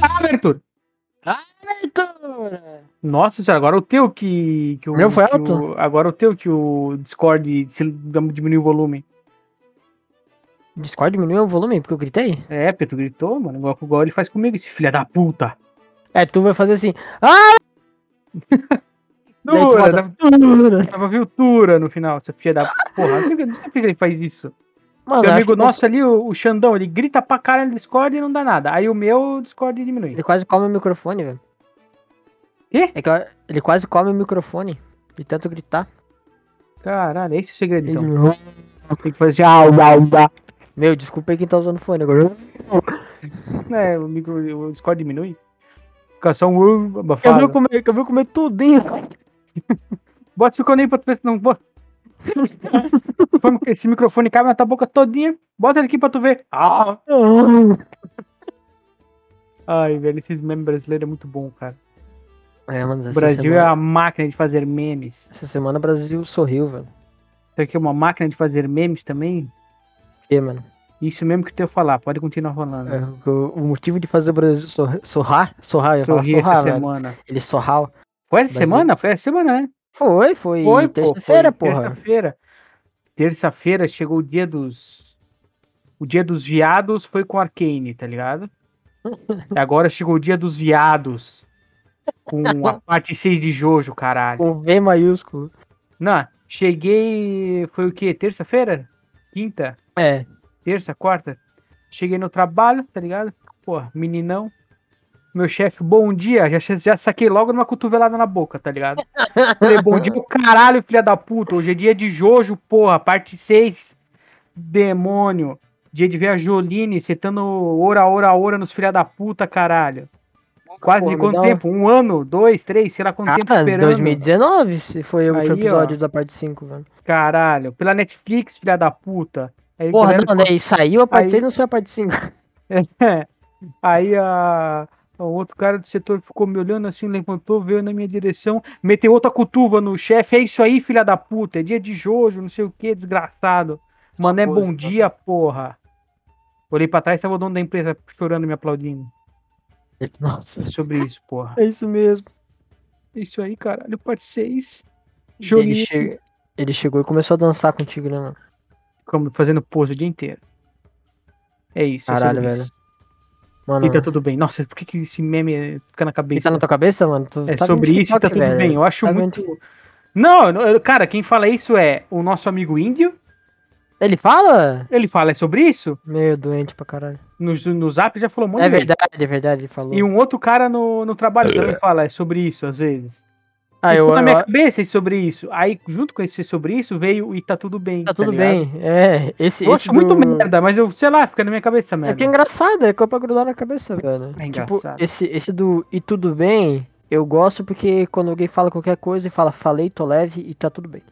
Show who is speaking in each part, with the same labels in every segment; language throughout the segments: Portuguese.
Speaker 1: Ah,
Speaker 2: Ah,
Speaker 1: Leitura! Nossa senhora, agora o teu que. que o
Speaker 2: Meu foi
Speaker 1: que
Speaker 2: alto?
Speaker 1: o- agora o teu que o Discord se- diminuiu o volume.
Speaker 2: Discord diminuiu o volume porque eu gritei?
Speaker 1: É, porque tu gritou, mano. Igual, igual ele faz comigo, esse filho da puta.
Speaker 2: É, tu vai fazer assim. Daí tu
Speaker 1: Dura,
Speaker 2: bota-
Speaker 1: tava, tava viu Tura no final, essa filha da porra. Não sei não sei por que ele faz isso.
Speaker 2: Mano,
Speaker 1: Meu
Speaker 2: acho
Speaker 1: amigo
Speaker 2: que eu-
Speaker 1: nosso ali, o, o Xandão, ele grita pra caralho no Discord e não dá nada. Aí o meu Discord diminui.
Speaker 2: Ele quase come o microfone, velho.
Speaker 1: Quê?
Speaker 2: É que eu- ele quase come o microfone. De tanto gritar.
Speaker 1: Caralho, esse é o segredo então.
Speaker 2: Ele-
Speaker 1: Tem que fazer au, au, au.
Speaker 2: Meu, desculpa aí quem tá usando fone agora.
Speaker 1: É, o, micro, o Discord diminui. Fica só um uh,
Speaker 2: Eu
Speaker 1: abafado.
Speaker 2: vou comer, eu vou comer tudinho.
Speaker 1: Bota esse cone aí pra tu ver se não. bota. Vamos que Esse microfone cabe na tua boca todinha. Bota ele aqui pra tu ver. Ah. Ai, velho, esses memes brasileiros é muito bom, cara.
Speaker 2: É, mano,
Speaker 1: O
Speaker 2: essa
Speaker 1: Brasil é
Speaker 2: semana,
Speaker 1: a máquina de fazer memes.
Speaker 2: Essa semana o Brasil sorriu, velho.
Speaker 1: Isso aqui é uma máquina de fazer memes também.
Speaker 2: Que, mano?
Speaker 1: Isso mesmo que tu ia falar, pode continuar falando.
Speaker 2: É, o, o motivo de fazer o Brasil sorrir, sorrar, sorrar, eu ia falar
Speaker 1: Sorri essa
Speaker 2: sorrar, velho.
Speaker 1: semana.
Speaker 2: Ele sorral.
Speaker 1: Foi essa
Speaker 2: Brasil.
Speaker 1: semana? Foi essa semana, né?
Speaker 2: Foi, foi,
Speaker 1: Foi, pô,
Speaker 2: terça-feira,
Speaker 1: foi
Speaker 2: porra.
Speaker 1: Terça-feira. Terça-feira chegou o dia dos. O dia dos viados foi com Arcane, tá ligado? E agora chegou o dia dos viados. Com a parte 6 de Jojo, caralho.
Speaker 2: Com V maiúsculo.
Speaker 1: Não, cheguei. Foi o quê? Terça-feira? Quinta?
Speaker 2: É,
Speaker 1: terça, quarta, cheguei no trabalho, tá ligado? Porra, meninão. Meu chefe, bom dia. Já, che- já saquei logo numa cotovelada na boca, tá ligado? Falei, bom dia, caralho, filha da puta. Hoje é dia de Jojo, porra, parte 6. Demônio. Dia de ver a Joline tá setando ora, ora, ora nos filha da puta, caralho. Quase de
Speaker 2: Porra, me
Speaker 1: quanto
Speaker 2: dá um-
Speaker 1: tempo? Um ano? Dois? Três? Sei lá quanto tempo
Speaker 2: Cara,
Speaker 1: esperando.
Speaker 2: 2019 se foi o último
Speaker 1: Aí, ó.
Speaker 2: episódio da parte 5, velho.
Speaker 1: Caralho. Pela Netflix, filha da puta. Aí,
Speaker 2: Porra,
Speaker 1: galera
Speaker 2: não, né? E saiu a
Speaker 1: Aí-
Speaker 2: parte 6 não saiu a parte 5.
Speaker 1: É. Aí a, o outro cara do setor ficou me olhando assim, levantou, veio na minha direção, meteu outra cutuva no chefe. É isso aí, filha da puta. É dia de Jojo, não sei o que, desgraçado. Mano, é
Speaker 2: Coisa,
Speaker 1: bom
Speaker 2: né?
Speaker 1: dia, porra. Olhei pra trás, tava o dono da empresa chorando, me aplaudindo.
Speaker 2: Nossa,
Speaker 1: É sobre isso, porra.
Speaker 2: é isso mesmo.
Speaker 1: É Isso aí, caralho, parte 6.
Speaker 2: Ele,
Speaker 1: Joguinho.
Speaker 2: chega- ele chegou e começou a dançar contigo, né, mano?
Speaker 1: Ficamos fazendo pose o dia inteiro. É isso, é
Speaker 2: Caralho,
Speaker 1: sobre
Speaker 2: velho.
Speaker 1: isso.
Speaker 2: Mano,
Speaker 1: E tá tudo bem. Nossa, por que, que esse meme fica na
Speaker 2: e
Speaker 1: cabeça?
Speaker 2: tá na tua cabeça, mano? Tu
Speaker 1: É
Speaker 2: tá vendo
Speaker 1: sobre isso e tá
Speaker 2: TikTok,
Speaker 1: tudo
Speaker 2: velho?
Speaker 1: bem. Eu acho
Speaker 2: Tá vendo
Speaker 1: muito. Não, eu não- eu- cara, quem fala isso é o nosso amigo índio.
Speaker 2: Ele fala?
Speaker 1: Ele fala "É sobre isso.
Speaker 2: Meio doente pra caralho.
Speaker 1: No, no zap já falou um muito.
Speaker 2: é verdade, é verdade, ele falou.
Speaker 1: E um outro cara no, no trabalho também fala é sobre isso, às vezes.
Speaker 2: Ah,
Speaker 1: E
Speaker 2: eu,
Speaker 1: ficou na
Speaker 2: eu-
Speaker 1: minha cabeça esse sobre isso. Aí, junto com esse sobre isso, veio e tá tudo bem.
Speaker 2: tá tudo
Speaker 1: ligado?
Speaker 2: bem. É, esse.
Speaker 1: Eu
Speaker 2: esse
Speaker 1: acho muito
Speaker 2: do-
Speaker 1: merda, mas eu, sei lá, fica na minha cabeça
Speaker 2: É que é
Speaker 1: merda.
Speaker 2: engraçado, é coisa pra grudar na cabeça, velho.
Speaker 1: É
Speaker 2: tipo,
Speaker 1: engraçado.
Speaker 2: esse, esse do e tudo bem, eu gosto porque quando alguém fala qualquer coisa e fala falei, tô leve e tá tudo bem.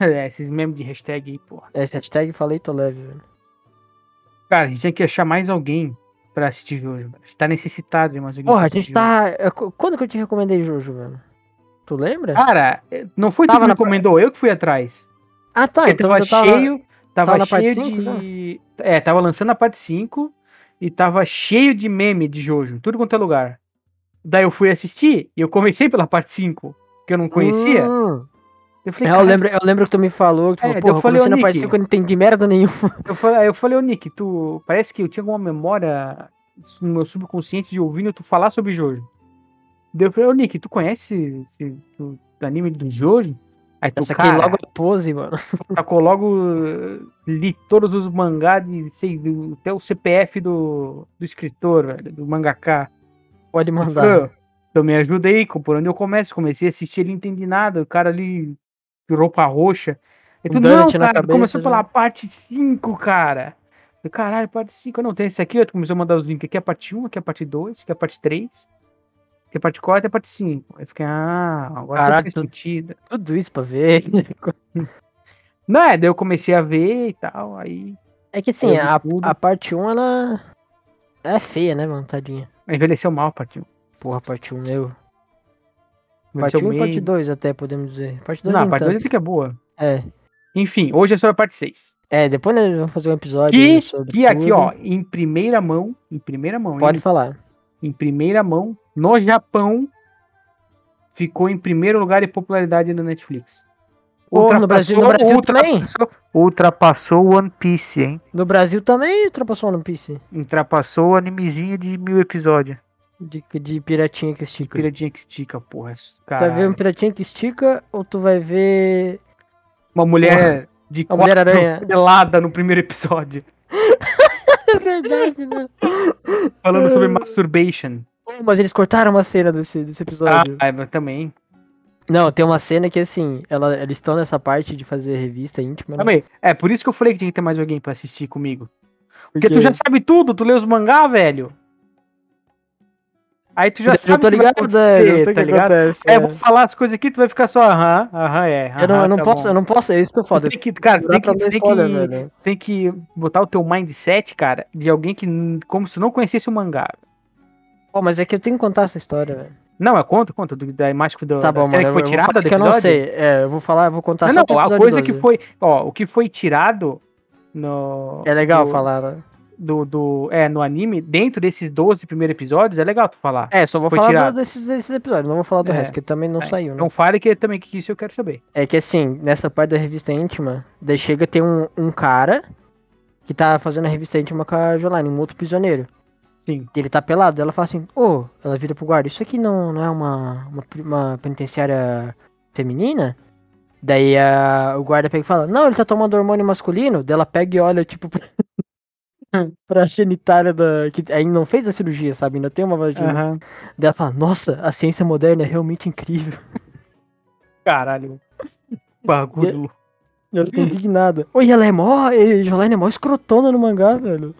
Speaker 1: É, esses memes de hashtag aí, porra.
Speaker 2: Essa hashtag falei, tô leve, velho.
Speaker 1: Cara, a gente tinha que achar mais alguém pra assistir Jojo. mano. A gente tá necessitado de mais alguém.
Speaker 2: Porra,
Speaker 1: pra
Speaker 2: a gente
Speaker 1: assistir
Speaker 2: tá. é, qu- Quando que eu te recomendei Jojo, velho? Tu lembra?
Speaker 1: Jojo. Cara, não foi tu
Speaker 2: Tava
Speaker 1: que me
Speaker 2: na-
Speaker 1: recomendou, eu que fui atrás.
Speaker 2: Ah, tá,
Speaker 1: Porque
Speaker 2: então
Speaker 1: tava
Speaker 2: eu tava.
Speaker 1: cheio, tava,
Speaker 2: tava na parte
Speaker 1: cheio
Speaker 2: cinco
Speaker 1: de. É, tava lançando a parte 5 e tava cheio de meme de Jojo, tudo quanto é lugar. Daí eu fui assistir e eu comecei pela parte 5, que eu não conhecia.
Speaker 2: Hum.
Speaker 1: Eu falei,
Speaker 2: É, eu,
Speaker 1: "Cara,
Speaker 2: lembro, eu lembro que tu me falou, que tu
Speaker 1: É,
Speaker 2: falou,
Speaker 1: eu
Speaker 2: porra, eu
Speaker 1: falei, ô,
Speaker 2: comecei na parte
Speaker 1: Nick.
Speaker 2: 5 eu não entendi merda nenhuma.
Speaker 1: Eu falei, aí eu falei, ô Nick, tu. Parece que eu tinha alguma memória no meu subconsciente de ouvindo tu falar sobre Jojo. Daí eu falei, ô Nick, tu conhece esse, o anime do Jojo? Aí tu,
Speaker 2: Eu saquei
Speaker 1: cara,
Speaker 2: logo a pose, mano.
Speaker 1: Sacou logo. eh, Li todos os mangá de. Sei, do- até o CPF do, do escritor, velho, do mangaká.
Speaker 2: Pode
Speaker 1: Eu
Speaker 2: mandar.
Speaker 1: falei, "Ô, Então me ajuda aí, co- por onde eu começo? Comecei a assistir, ele não entendi nada. O cara ali, de roupa roxa. Eu
Speaker 2: Um
Speaker 1: falei, não,
Speaker 2: donut na
Speaker 1: cara,
Speaker 2: cabeça,
Speaker 1: começou pela
Speaker 2: já."
Speaker 1: parte 5, cara. Eu, Caralho, parte 5, eu não tenho esse aqui. Eu comecei a mandar os links. Aqui é a parte 1, aqui é a parte 2, aqui é a parte 3, aqui é a parte 4 e a parte 5. Aí eu fiquei, ah, agora
Speaker 2: Caralho,
Speaker 1: faz
Speaker 2: tu-
Speaker 1: sentido.
Speaker 2: Tudo isso pra ver.
Speaker 1: Não, é, daí eu comecei a ver e tal, aí
Speaker 2: É que assim,
Speaker 1: Eu vi
Speaker 2: a,
Speaker 1: tudo.
Speaker 2: a parte 1 ela. É feia, né, mano? Tadinha.
Speaker 1: Envelheceu mal a parte né? 1.
Speaker 2: Porra, parte 1 meu. Parte
Speaker 1: Envelheceu
Speaker 2: 1 e
Speaker 1: meio.
Speaker 2: parte 2 até, podemos dizer. Parte
Speaker 1: um
Speaker 2: 2
Speaker 1: Não, a
Speaker 2: nem
Speaker 1: parte 2
Speaker 2: tanto.
Speaker 1: até que é boa.
Speaker 2: É.
Speaker 1: Enfim, hoje é sobre a parte 6.
Speaker 2: É, depois nós vamos fazer um episódio
Speaker 1: Que,
Speaker 2: aí sobre
Speaker 1: que aqui,
Speaker 2: tudo.
Speaker 1: ó, em primeira mão, em primeira mão,
Speaker 2: Pode
Speaker 1: hein?
Speaker 2: falar.
Speaker 1: em primeira mão, no Japão, ficou em primeiro lugar em popularidade na Netflix.
Speaker 2: Pô, no Brasil- no Brasil também?
Speaker 1: ultrapassou- ultrapassou One Piece, hein?
Speaker 2: No Brasil também ultrapassou o One Piece.
Speaker 1: Ultrapassou o animezinho de mil episódios.
Speaker 2: De, de piratinha que estica.
Speaker 1: Piradinha que estica, porra. isso-
Speaker 2: Tu vai ver um
Speaker 1: Caralho.
Speaker 2: piratinha que estica ou tu vai ver.
Speaker 1: Uma mulher de
Speaker 2: A É. Mulher
Speaker 1: quatro
Speaker 2: Aranha.
Speaker 1: pelada no primeiro episódio.
Speaker 2: É verdade, né?
Speaker 1: Falando sobre masturbation.
Speaker 2: Pô, Mas eles cortaram uma cena desse, desse
Speaker 1: Ah,
Speaker 2: episódio.
Speaker 1: é, mas também.
Speaker 2: Ah. Não, tem uma cena que assim, ela, eles estão nessa parte de fazer revista íntima. né?
Speaker 1: Também. É, por isso que eu falei que tinha que ter mais alguém pra assistir comigo. Porque
Speaker 2: Porque-
Speaker 1: tu já sabe tudo, tu lê os mangá, velho. Aí tu já
Speaker 2: Eu
Speaker 1: sabe
Speaker 2: tô
Speaker 1: o que vai
Speaker 2: ligado, né?
Speaker 1: acontecer,
Speaker 2: eu sei o
Speaker 1: tá
Speaker 2: que
Speaker 1: ligado?
Speaker 2: acontece.
Speaker 1: É,
Speaker 2: é.
Speaker 1: vou falar as coisas aqui, tu vai ficar só aham, aham, é.
Speaker 2: Eu não, eu
Speaker 1: aham,
Speaker 2: não
Speaker 1: tá
Speaker 2: posso,
Speaker 1: bom.
Speaker 2: eu não posso, é isso que eu falo.
Speaker 1: Tem que, cara, tem
Speaker 2: segurar pra
Speaker 1: que,
Speaker 2: não
Speaker 1: tem,
Speaker 2: spoiler,
Speaker 1: que,
Speaker 2: velho.
Speaker 1: tem que botar o teu mindset, cara, de alguém que, n- como se tu não conhecesse o mangá.
Speaker 2: Pô, mas é que eu tenho que contar essa história, velho.
Speaker 1: Não, é conta, conta, do, da imagem que do,
Speaker 2: Tá
Speaker 1: da
Speaker 2: bom,
Speaker 1: série
Speaker 2: mano.
Speaker 1: que foi
Speaker 2: eu, eu, vou
Speaker 1: tirada
Speaker 2: falar
Speaker 1: do
Speaker 2: que eu não
Speaker 1: episódio.
Speaker 2: sei. É, eu vou falar, eu vou contar só
Speaker 1: Não,
Speaker 2: até
Speaker 1: não,
Speaker 2: o
Speaker 1: a
Speaker 2: episódio
Speaker 1: coisa que
Speaker 2: 12.
Speaker 1: foi, ó, o que foi tirado no...
Speaker 2: É legal
Speaker 1: do,
Speaker 2: falar, né?
Speaker 1: Do, do, é, no anime, dentro desses 12 primeiros episódios, é legal tu falar.
Speaker 2: É, só vou
Speaker 1: Foi
Speaker 2: falar
Speaker 1: tirado.
Speaker 2: do- desses, desses episódios, não vou falar do
Speaker 1: É.
Speaker 2: resto, que também não
Speaker 1: É,
Speaker 2: saiu, né?
Speaker 1: Então fale que também que isso eu quero saber.
Speaker 2: É que assim, nessa parte da revista íntima, daí chega tem um, um cara que tá fazendo a revista íntima com a Jolaine, um outro prisioneiro.
Speaker 1: Sim.
Speaker 2: Ele tá pelado, ela fala assim, ô, ela vira pro guarda, isso aqui não, não é uma, uma, pri- uma penitenciária feminina? Daí a, o guarda pega e fala, não, ele tá tomando hormônio masculino, daí ela pega e olha, tipo, pra, pra genitália da. que ainda não fez a cirurgia, sabe? Ainda tem uma vagina.
Speaker 1: Aham.
Speaker 2: Daí ela fala, nossa, a ciência moderna é realmente incrível.
Speaker 1: Caralho. Bagulho.
Speaker 2: Eu tô
Speaker 1: Hum.
Speaker 2: indignada. Oi, ela é mó. eh, Jolaine é mó escrotona no mangá, velho.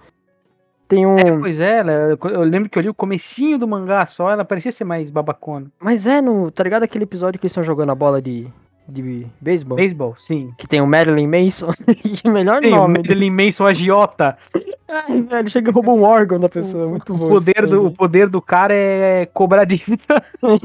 Speaker 2: Tem um.
Speaker 1: Pois é, ela- eu lembro que eu li o comecinho do mangá só, ela parecia ser mais babacona.
Speaker 2: Mas é no. Tá ligado aquele episódio que eles estão jogando a bola de. de beisebol?
Speaker 1: Beisebol, sim.
Speaker 2: Que tem o Marilyn Manson. que é melhor
Speaker 1: Sim, é o
Speaker 2: nome.
Speaker 1: Marilyn Manson agiota.
Speaker 2: Ai, velho, chega e rouba um órgão da pessoa. Muito
Speaker 1: O
Speaker 2: bom.
Speaker 1: poder,
Speaker 2: isso,
Speaker 1: do, o poder do cara é cobrar dívida,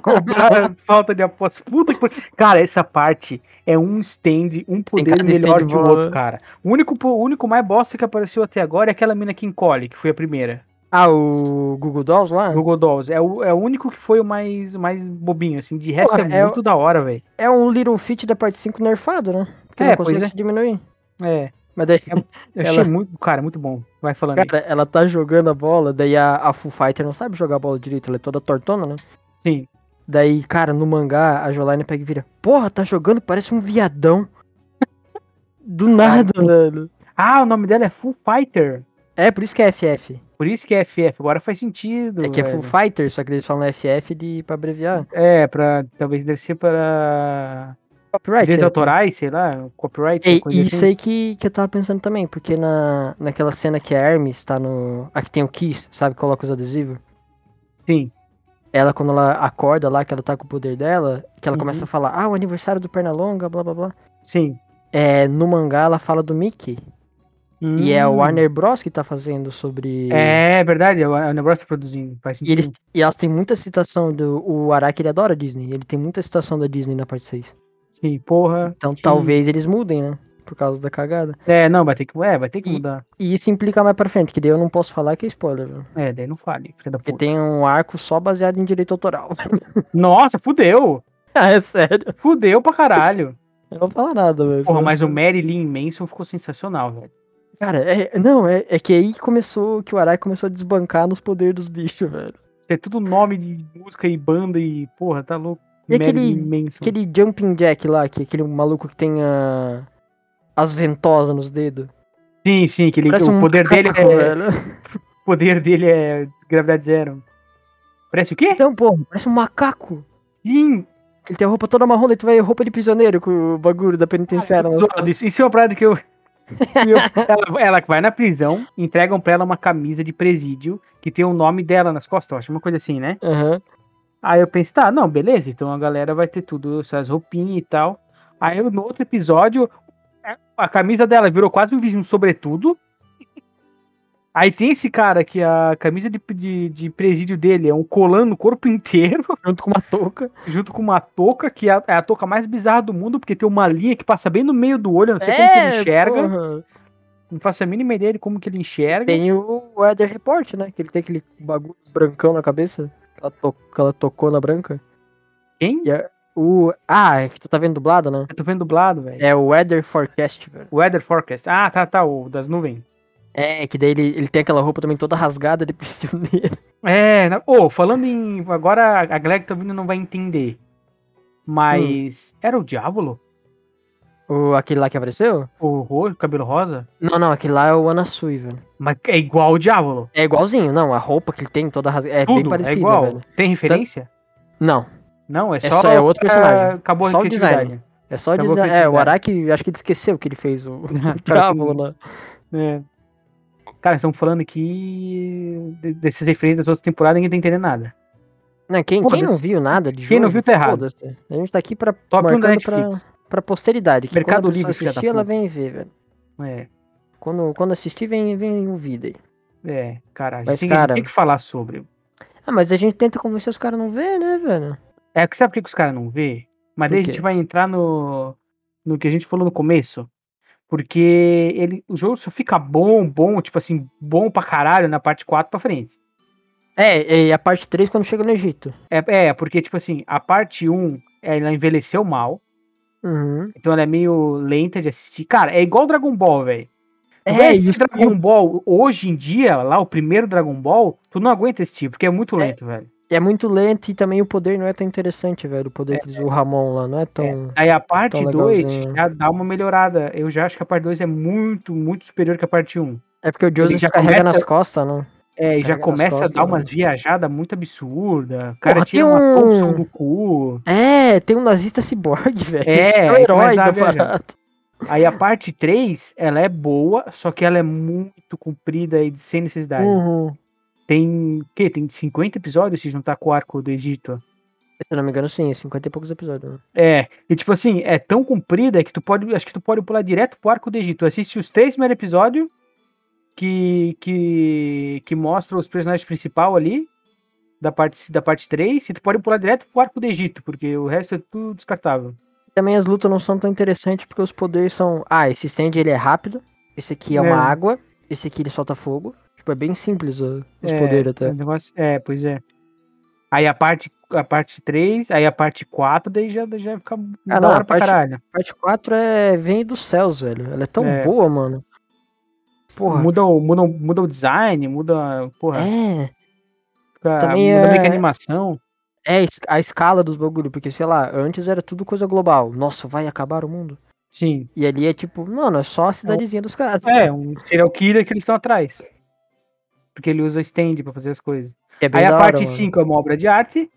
Speaker 1: cobrar falta de aposta. Puta que pariu. Cara, essa parte é um stand, um poder
Speaker 2: cada
Speaker 1: melhor
Speaker 2: stand
Speaker 1: que o
Speaker 2: boa.
Speaker 1: outro, cara. O único, po- o único mais bosta que apareceu até agora é aquela mina que encolhe, que foi a primeira.
Speaker 2: Ah, o Google Dolls lá?
Speaker 1: No Godolls. É o, é o único que foi o mais, o mais bobinho, assim. De resto
Speaker 2: Porra,
Speaker 1: é,
Speaker 2: é
Speaker 1: muito da hora, velho.
Speaker 2: É um Little Fit da parte 5 nerfado, né? Porque
Speaker 1: É,
Speaker 2: não
Speaker 1: pois
Speaker 2: consegue
Speaker 1: é.
Speaker 2: se diminuir.
Speaker 1: É.
Speaker 2: Mas daí,
Speaker 1: Eu
Speaker 2: Ela-
Speaker 1: achei muito. Cara, muito bom. Vai falando aí.
Speaker 2: cara, ela tá jogando a bola, daí a, a Foo Fighter não sabe jogar a bola direito, ela é toda tortona, né?
Speaker 1: Sim.
Speaker 2: Daí, cara, no mangá, a Jolaine pega e vira: Porra, tá jogando? Parece um viadão. Do nada, velho.
Speaker 1: Ah, o nome dela é Full Fighter.
Speaker 2: É, por isso que é FF.
Speaker 1: Por isso que é FF. Agora faz sentido.
Speaker 2: É que é
Speaker 1: velho.
Speaker 2: Full Fighter, só que eles falam FF de, pra abreviar.
Speaker 1: É, pra. Talvez deve ser para.
Speaker 2: Copyright.
Speaker 1: Direitos
Speaker 2: é,
Speaker 1: autorais, sei lá, copyright.
Speaker 2: É,
Speaker 1: uma coisa
Speaker 2: e isso
Speaker 1: assim.
Speaker 2: aí que, que eu tava pensando também, porque na, naquela cena que a Hermes tá no. Aqui tem o Kiss, sabe? Coloca os adesivos.
Speaker 1: Sim.
Speaker 2: Ela, quando ela acorda lá, que ela tá com o poder dela, que ela
Speaker 1: Uhum.
Speaker 2: começa a falar: Ah, o aniversário do Pernalonga, blá blá blá.
Speaker 1: Sim.
Speaker 2: É, no mangá ela fala do Mickey. E é o Warner Bros. que tá fazendo sobre.
Speaker 1: Hum. É, é verdade, é o é o negócio produzindo. Faz
Speaker 2: E, eles,
Speaker 1: sentido.
Speaker 2: e elas têm muita citação do. O Araki ele adora a Disney. Ele tem muita citação da Disney na parte 6.
Speaker 1: Sim, porra.
Speaker 2: Então
Speaker 1: Sim.
Speaker 2: talvez eles mudem, né? Por causa da cagada.
Speaker 1: É, não, vai ter que, é, vai ter que
Speaker 2: E-
Speaker 1: mudar.
Speaker 2: E isso implica mais pra frente, que daí eu não posso falar que é spoiler, viu?
Speaker 1: É, daí não fale, filha da
Speaker 2: Porque
Speaker 1: puta.
Speaker 2: tem um arco só baseado em direito autoral.
Speaker 1: Nossa, fudeu!
Speaker 2: ah, é sério.
Speaker 1: Fudeu pra caralho.
Speaker 2: Eu não vou falar nada, velho.
Speaker 1: Porra,
Speaker 2: só-
Speaker 1: mas o Marilyn Manson ficou sensacional, velho.
Speaker 2: Cara, é, não, é, é que aí começou. Que o Araki começou a desbancar nos poderes dos bichos, velho.
Speaker 1: É tudo nome de música e banda e porra, tá louco.
Speaker 2: E aquele-
Speaker 1: Marilyn Manson.
Speaker 2: Aquele Jumping Jack lá, que é aquele maluco que tem a. As ventosas nos dedos.
Speaker 1: Sim, sim, aquele,
Speaker 2: Parece
Speaker 1: o
Speaker 2: um
Speaker 1: poder dele
Speaker 2: macaco,
Speaker 1: é,
Speaker 2: velho.
Speaker 1: o poder dele é gravidade zero. Parece o quê?
Speaker 2: Então, pô, parece um macaco.
Speaker 1: Sim,
Speaker 2: Ele tem a roupa toda marrom, daí tu vai roupa de prisioneiro com o bagulho da penitenciária. né? nas
Speaker 1: zoado, isso, isso é uma parada que eu. que eu- ela, ela vai na prisão, entregam pra ela uma camisa de presídio que tem o nome dela nas costas, eu acho, uma coisa assim, né?
Speaker 2: Aham.
Speaker 1: Aí eu pensei, tá, não, beleza, então a galera vai ter tudo, essas roupinhas e tal. Aí eu, no outro episódio, a camisa dela virou quase um vizinho sobretudo. Aí tem esse cara que a camisa de, de, de presídio dele é um colã no corpo inteiro,
Speaker 2: Junto com uma touca.
Speaker 1: junto com uma touca, que é a, é a touca mais bizarra do mundo, porque tem uma linha que passa bem no meio do olho, eu não sei como que
Speaker 2: É,
Speaker 1: ele enxerga.
Speaker 2: porra.
Speaker 1: Não faço a mínima ideia de como que ele enxerga.
Speaker 2: Tem o Weather Report, né? Que ele tem aquele bagulho brancão na cabeça. Ela, to... que ela tocou na branca.
Speaker 1: Quem?
Speaker 2: E a- o. Ah, é que tu tá vendo dublado, né?
Speaker 1: Eu tô vendo dublado, velho.
Speaker 2: É o Weather Forecast, velho.
Speaker 1: Weather Forecast. Ah, tá, tá, o das nuvens.
Speaker 2: É, que daí ele, ele tem aquela roupa também toda rasgada de prisioneiro.
Speaker 1: É, na- ô, falando em. Agora a galera que tá ouvindo não vai entender. Mas.
Speaker 2: Hum.
Speaker 1: Era o Diávolo?
Speaker 2: O, aquele lá que apareceu?
Speaker 1: O roxo, cabelo rosa?
Speaker 2: Não, não, aquele lá é o Anasui, velho.
Speaker 1: Mas é igual o Diávolo.
Speaker 2: É igualzinho, não. A roupa que ele tem toda rasgada. É bem
Speaker 1: Tudo é
Speaker 2: parecida,
Speaker 1: igual.
Speaker 2: velho.
Speaker 1: Tem referência?
Speaker 2: Não.
Speaker 1: Não, é
Speaker 2: É
Speaker 1: só.
Speaker 2: só- é outro
Speaker 1: ah,
Speaker 2: personagem.
Speaker 1: Acabou
Speaker 2: Só
Speaker 1: a
Speaker 2: o
Speaker 1: criatividade.
Speaker 2: É só
Speaker 1: Acabou
Speaker 2: dizer.
Speaker 1: a tá
Speaker 2: É, o
Speaker 1: criatividade.
Speaker 2: Araki, acho que ele esqueceu que ele fez o, o
Speaker 1: Pra
Speaker 2: Diabo
Speaker 1: quem-
Speaker 2: lá.
Speaker 1: É. Cara, estão falando aqui de- dessas referências das outras temporadas, ninguém tá entendendo nada.
Speaker 2: Não, quem, quem não
Speaker 1: Foda-se.
Speaker 2: viu nada de
Speaker 1: Quem não viu tá errado.
Speaker 2: foda-se. A gente tá aqui pra,
Speaker 1: Top 1 da
Speaker 2: marcando pra,
Speaker 1: Netflix.
Speaker 2: pra posteridade. Que
Speaker 1: Mercado
Speaker 2: quando a pessoa
Speaker 1: Livre, filha da
Speaker 2: assistir, ela
Speaker 1: puta.
Speaker 2: vem ver, velho.
Speaker 1: É,
Speaker 2: Quando, quando assistir, vem, vem ouvir daí.
Speaker 1: é, cara, a gente
Speaker 2: Mas,
Speaker 1: tem, a gente
Speaker 2: cara-
Speaker 1: tem que falar sobre.
Speaker 2: Ah, mas a gente tenta convencer os caras a não ver, né, velho?
Speaker 1: É que sabe por que que os caras não vê? Mas
Speaker 2: Por
Speaker 1: daí a
Speaker 2: quê?
Speaker 1: gente vai entrar no, no que a gente falou no começo. Porque ele, o jogo só fica bom, bom, tipo assim, bom pra caralho na parte 4 pra frente.
Speaker 2: É, e a parte 3 quando chega no Egito.
Speaker 1: É, é, porque, tipo assim, a parte 1, ela envelheceu mal,
Speaker 2: Uhum.
Speaker 1: então ela é meio lenta de assistir. Cara, é igual Dragon Ball, velho.
Speaker 2: É,
Speaker 1: É,
Speaker 2: e
Speaker 1: esse
Speaker 2: os-
Speaker 1: Dragon Ball, hoje em dia, lá, o primeiro Dragon Ball, tu não aguenta assistir, porque é muito
Speaker 2: É.
Speaker 1: lento, velho.
Speaker 2: É muito lento e também o poder não é tão interessante, velho. O poder que usa o Ramon lá não é tão.
Speaker 1: Aí a parte
Speaker 2: Tá
Speaker 1: 2
Speaker 2: legalzinho.
Speaker 1: já dá uma melhorada. Eu já acho que a parte 2 é muito, muito superior que a parte 1.
Speaker 2: É, porque o Joseph
Speaker 1: já
Speaker 2: carrega
Speaker 1: começa-
Speaker 2: nas costas, né?
Speaker 1: É, e já
Speaker 2: Carrega nas
Speaker 1: começa
Speaker 2: costas,
Speaker 1: a dar umas
Speaker 2: né?
Speaker 1: viajadas muito absurdas. O cara
Speaker 2: Porra,
Speaker 1: tira
Speaker 2: tem
Speaker 1: uma
Speaker 2: um-
Speaker 1: Thompson do cu.
Speaker 2: É, tem um nazista ciborgue, velho.
Speaker 1: É,
Speaker 2: Esse o
Speaker 1: aí
Speaker 2: herói
Speaker 1: começa a
Speaker 2: da
Speaker 1: viajar.
Speaker 2: parada.
Speaker 1: Aí a parte 3, ela é boa, só que ela é muito comprida e sem necessidade.
Speaker 2: Uhum.
Speaker 1: Tem, o quê? Tem 50 episódios se juntar com o arco do Egito.
Speaker 2: Se eu não me engano, sim, 50 e poucos episódios. né?
Speaker 1: É, e tipo assim, é tão comprida que tu pode, acho que tu pode pular direto pro arco do Egito. Tu assiste os três primeiros episódios que, que, que mostram os personagens principais ali, da parte, da parte 3, e tu pode pular direto pro arco do Egito, porque o resto é tudo descartável.
Speaker 2: Também as lutas não são tão interessantes porque os poderes são. Ah, esse stand ele é rápido, esse aqui é,
Speaker 1: É.
Speaker 2: uma água, esse aqui ele solta fogo. Tipo, é bem simples ó, os
Speaker 1: É,
Speaker 2: poderes até.
Speaker 1: o negócio- é, pois é. Aí a parte, a parte 3, aí a parte 4, daí já, já fica da
Speaker 2: Ah, não,
Speaker 1: hora
Speaker 2: a
Speaker 1: pra
Speaker 2: parte-
Speaker 1: caralho.
Speaker 2: A parte 4 é. vem dos céus, velho. Ela é tão
Speaker 1: É.
Speaker 2: boa, mano. Porra.
Speaker 1: Muda o, muda, o- muda o design, muda, porra,
Speaker 2: É.
Speaker 1: fica-
Speaker 2: também
Speaker 1: muda meio que a
Speaker 2: é-
Speaker 1: animação.
Speaker 2: É es- a escala dos bagulho, porque sei lá, antes era tudo coisa global. Nossa, vai acabar o mundo.
Speaker 1: Sim.
Speaker 2: E ali é tipo, mano, é só a cidadezinha dos caras.
Speaker 1: É, um serial killer que eles estão atrás. Porque ele usa stand pra fazer as coisas.
Speaker 2: É bem
Speaker 1: Aí
Speaker 2: da
Speaker 1: a
Speaker 2: hora,
Speaker 1: parte
Speaker 2: mano.
Speaker 1: 5 é uma obra de arte,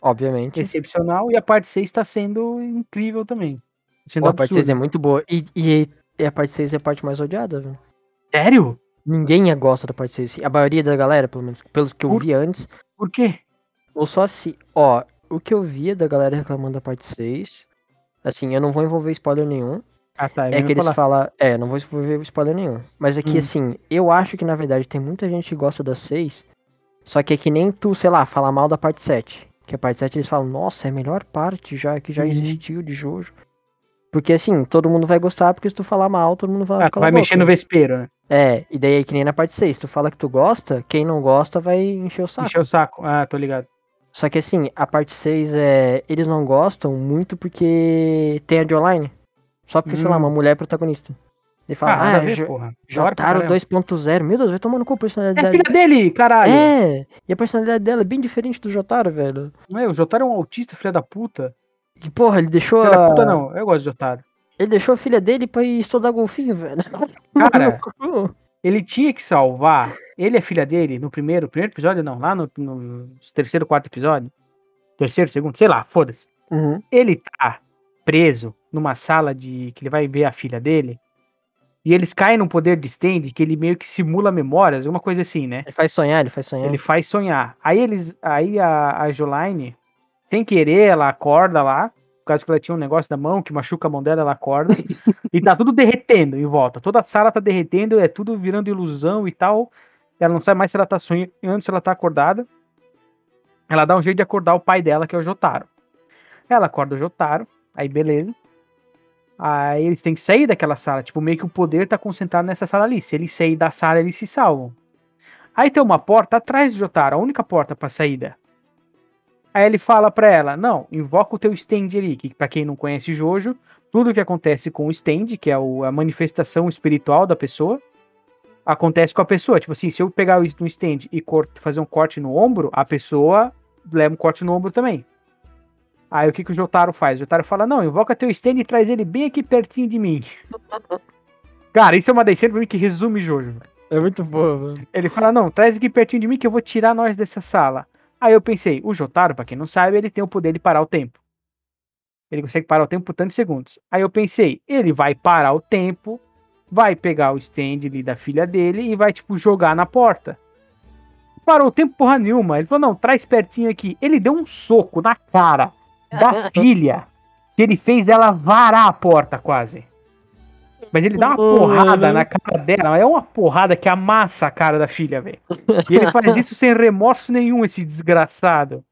Speaker 2: Obviamente.
Speaker 1: excepcional, e a parte 6 tá sendo incrível também. Sendo
Speaker 2: Pô, a parte
Speaker 1: absurdo.
Speaker 2: 6 é muito boa. E, e, e a parte 6 é a parte mais odiada, velho. é
Speaker 1: Sério?
Speaker 2: Ninguém gosta da parte 6. A maioria da galera, pelo menos, pelos que eu
Speaker 1: Por-
Speaker 2: vi antes.
Speaker 1: Por quê?
Speaker 2: Ou só assim, ó, o que eu via da galera reclamando da parte 6. Assim, eu não vou envolver spoiler nenhum.
Speaker 1: Ah, tá.
Speaker 2: É, que eles
Speaker 1: falar.
Speaker 2: falam. É, não vou envolver spoiler nenhum. Mas é que,
Speaker 1: Hum.
Speaker 2: assim, eu acho que na verdade tem muita gente que gosta da 6. Só que é que nem tu, sei lá, falar mal da parte 7. Que a parte 7 eles falam, nossa, é a melhor parte já que já
Speaker 1: Uhum.
Speaker 2: existiu de Jojo. Porque assim, todo mundo vai gostar, porque se tu falar mal, todo mundo vai
Speaker 1: Ah, tu vai mexer no vespeiro, né?
Speaker 2: É, e daí é que nem na parte 6, tu fala que tu gosta, quem não gosta vai encher o saco.
Speaker 1: Encher o saco. Ah, tô ligado.
Speaker 2: Só que assim, a parte 6 é. Eles não gostam muito porque tem a de online. Só porque, sei lá,
Speaker 1: Hum.
Speaker 2: uma mulher é protagonista. Ele fala,
Speaker 1: Ah, nada
Speaker 2: ah,
Speaker 1: a ver,
Speaker 2: Jo-
Speaker 1: porra. Da hora pra
Speaker 2: Jotaro
Speaker 1: caramba.
Speaker 2: 2.0. Meu Deus, vai tomando com a
Speaker 1: É
Speaker 2: personalidade.
Speaker 1: filha dele, caralho.
Speaker 2: É, e a personalidade dela é bem diferente do Jotaro, velho.
Speaker 1: Não é, o Jotaro é um autista, filha da puta.
Speaker 2: Que porra, ele deixou
Speaker 1: Filha da
Speaker 2: a...
Speaker 1: puta não, eu gosto de Jotaro.
Speaker 2: Ele deixou a filha dele pra ir estudar golfinho, velho.
Speaker 1: Cara,
Speaker 2: Mano,
Speaker 1: ele tinha que salvar. Ele é filha dele no primeiro, primeiro episódio, não, lá no, no terceiro, quarto episódio. Terceiro, segundo, sei lá, foda-se.
Speaker 2: uhum.
Speaker 1: Ele tá preso numa sala de. que ele vai ver a filha dele. E eles caem num poder de stand que ele meio que simula memórias, uma coisa assim, né?
Speaker 2: Ele faz sonhar, ele faz sonhar.
Speaker 1: Ele faz sonhar. Aí eles. Aí a, a Jolaine, sem querer, ela acorda lá. Por causa que ela tinha um negócio da mão que machuca a mão dela, ela acorda. e tá tudo derretendo em volta. Toda a sala tá derretendo, é tudo virando ilusão e tal. Ela não sabe mais se ela tá sonhando, se ela tá acordada. Ela dá um jeito de acordar o pai dela, que é o Jotaro. Ela acorda o Jotaro, aí beleza. Aí eles têm que sair daquela sala. Tipo, meio que o poder tá concentrado nessa sala ali. Se eles saírem da sala, eles se salvam. Aí tem uma porta atrás do Jotaro, a única porta pra saída. Aí ele fala pra ela: Não, invoca o teu stand ali, que pra quem não conhece Jojo, tudo que acontece com o stand, que é o- a manifestação espiritual da pessoa, acontece com a pessoa. Tipo assim, se eu pegar isso no stand e cort- fazer um corte no ombro, a pessoa leva um corte no ombro também. Aí o que, que o Jotaro faz? O Jotaro fala: Não, invoca teu stand e traz ele bem aqui pertinho de mim. Cara, isso é uma descente pra mim que resume Jojo.
Speaker 2: É muito boa, mano.
Speaker 1: Ele fala: Não, traz aqui pertinho de mim que eu vou tirar nós dessa sala. Aí eu pensei: O Jotaro, pra quem não sabe, ele tem o poder de parar o tempo. Ele consegue parar o tempo por tantos segundos. Aí eu pensei: Ele vai parar o tempo, vai pegar o stand ali da filha dele e vai, tipo, jogar na porta. Parou o tempo porra nenhuma. Ele falou: Não, traz pertinho aqui. Ele deu um soco na cara da filha que ele fez dela varar a porta quase. Mas ele dá uma porrada na cara dela, mas é uma porrada que amassa a cara da filha, velho. E ele faz isso sem remorso nenhum, esse desgraçado.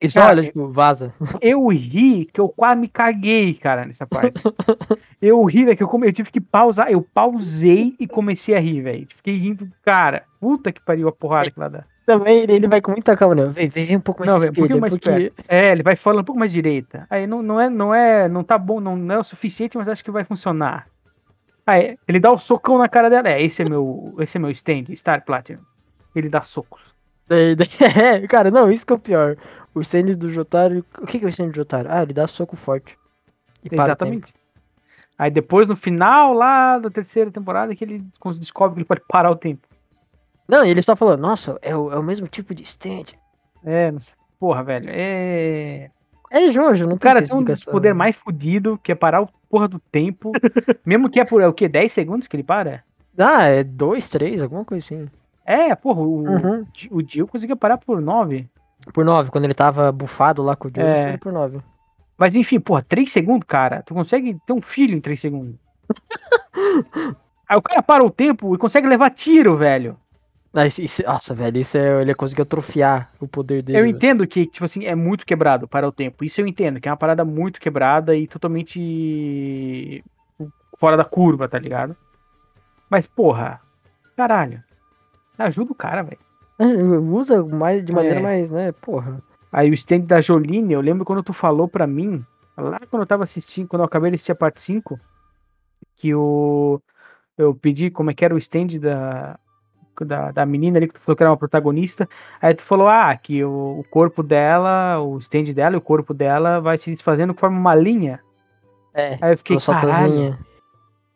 Speaker 2: E só
Speaker 1: Cara,
Speaker 2: olha, tipo, vaza.
Speaker 1: Eu ri que eu quase me caguei, cara, nessa parte. Eu ri, velho, que eu, come- eu tive que pausar. Eu pausei e comecei a rir, velho. Fiquei rindo, cara. Puta que pariu a porrada que ela dá.
Speaker 2: Também ele- ele vai com muita calma, né? Vem, vem, vem um pouco mais
Speaker 1: Não,
Speaker 2: pra
Speaker 1: vem um pouquinho
Speaker 2: esquerda,
Speaker 1: mais
Speaker 2: porque-
Speaker 1: É, ele vai falando um pouco mais direita. Aí não, não é, não é, não tá bom, não, não é o suficiente, mas acho que vai funcionar. Aí ele dá o socão na cara dela. É, esse é meu, esse é meu stand, Star Platinum. Ele dá socos.
Speaker 2: Daí, daí- é, cara, não, isso que é o pior. O stand do Jotaro. O que, que é o stand do Jotaro? Ah, ele dá soco forte. E para o tempo.
Speaker 1: Exatamente. Aí depois no final lá da terceira temporada que ele cons- descobre que ele pode parar o tempo.
Speaker 2: Não, e ele só falou, nossa, é o, é o mesmo tipo de stand.
Speaker 1: É, não sei. Porra, velho. É.
Speaker 2: É Jojo, não
Speaker 1: O cara
Speaker 2: tem
Speaker 1: tem um dos
Speaker 2: explicação.
Speaker 1: poder mais fudido, que é parar o porra do tempo. Mesmo que é por é o quê? 10 segundos que ele para?
Speaker 2: Ah, é dois, três, alguma coisa assim.
Speaker 1: É, porra, o,
Speaker 2: Uhum.
Speaker 1: Di- o Jill conseguiu parar por 9.
Speaker 2: Por nove, quando ele tava bufado lá com o Jojo,
Speaker 1: É.
Speaker 2: foi por nove.
Speaker 1: Mas enfim, porra, 3 segundos, cara. Tu consegue ter um filho em 3 segundos. Aí o cara para o tempo e consegue levar tiro, velho.
Speaker 2: Ah, isso- isso- nossa, velho, isso é. Ele conseguiu atrofiar o poder dele.
Speaker 1: Eu
Speaker 2: velho.
Speaker 1: entendo que, tipo assim, é muito quebrado para o tempo. Isso eu entendo, que é uma parada muito quebrada e totalmente fora da curva, tá ligado? Mas, porra, caralho. Ajuda o cara, velho.
Speaker 2: É, Usa mais, de maneira
Speaker 1: É.
Speaker 2: mais, né? Porra.
Speaker 1: Aí o stand da Jolene, eu lembro quando tu falou pra mim, lá quando eu tava assistindo, quando eu acabei de assistir a parte 5, que o eu pedi como é que era o stand da, da, da menina ali, que tu falou que era uma protagonista. Aí tu falou, ah, que o, o corpo dela, o stand dela e o corpo dela vai se desfazendo forma uma linha.
Speaker 2: É.
Speaker 1: Aí eu fiquei,
Speaker 2: Ela solta as
Speaker 1: caralho,
Speaker 2: linhas.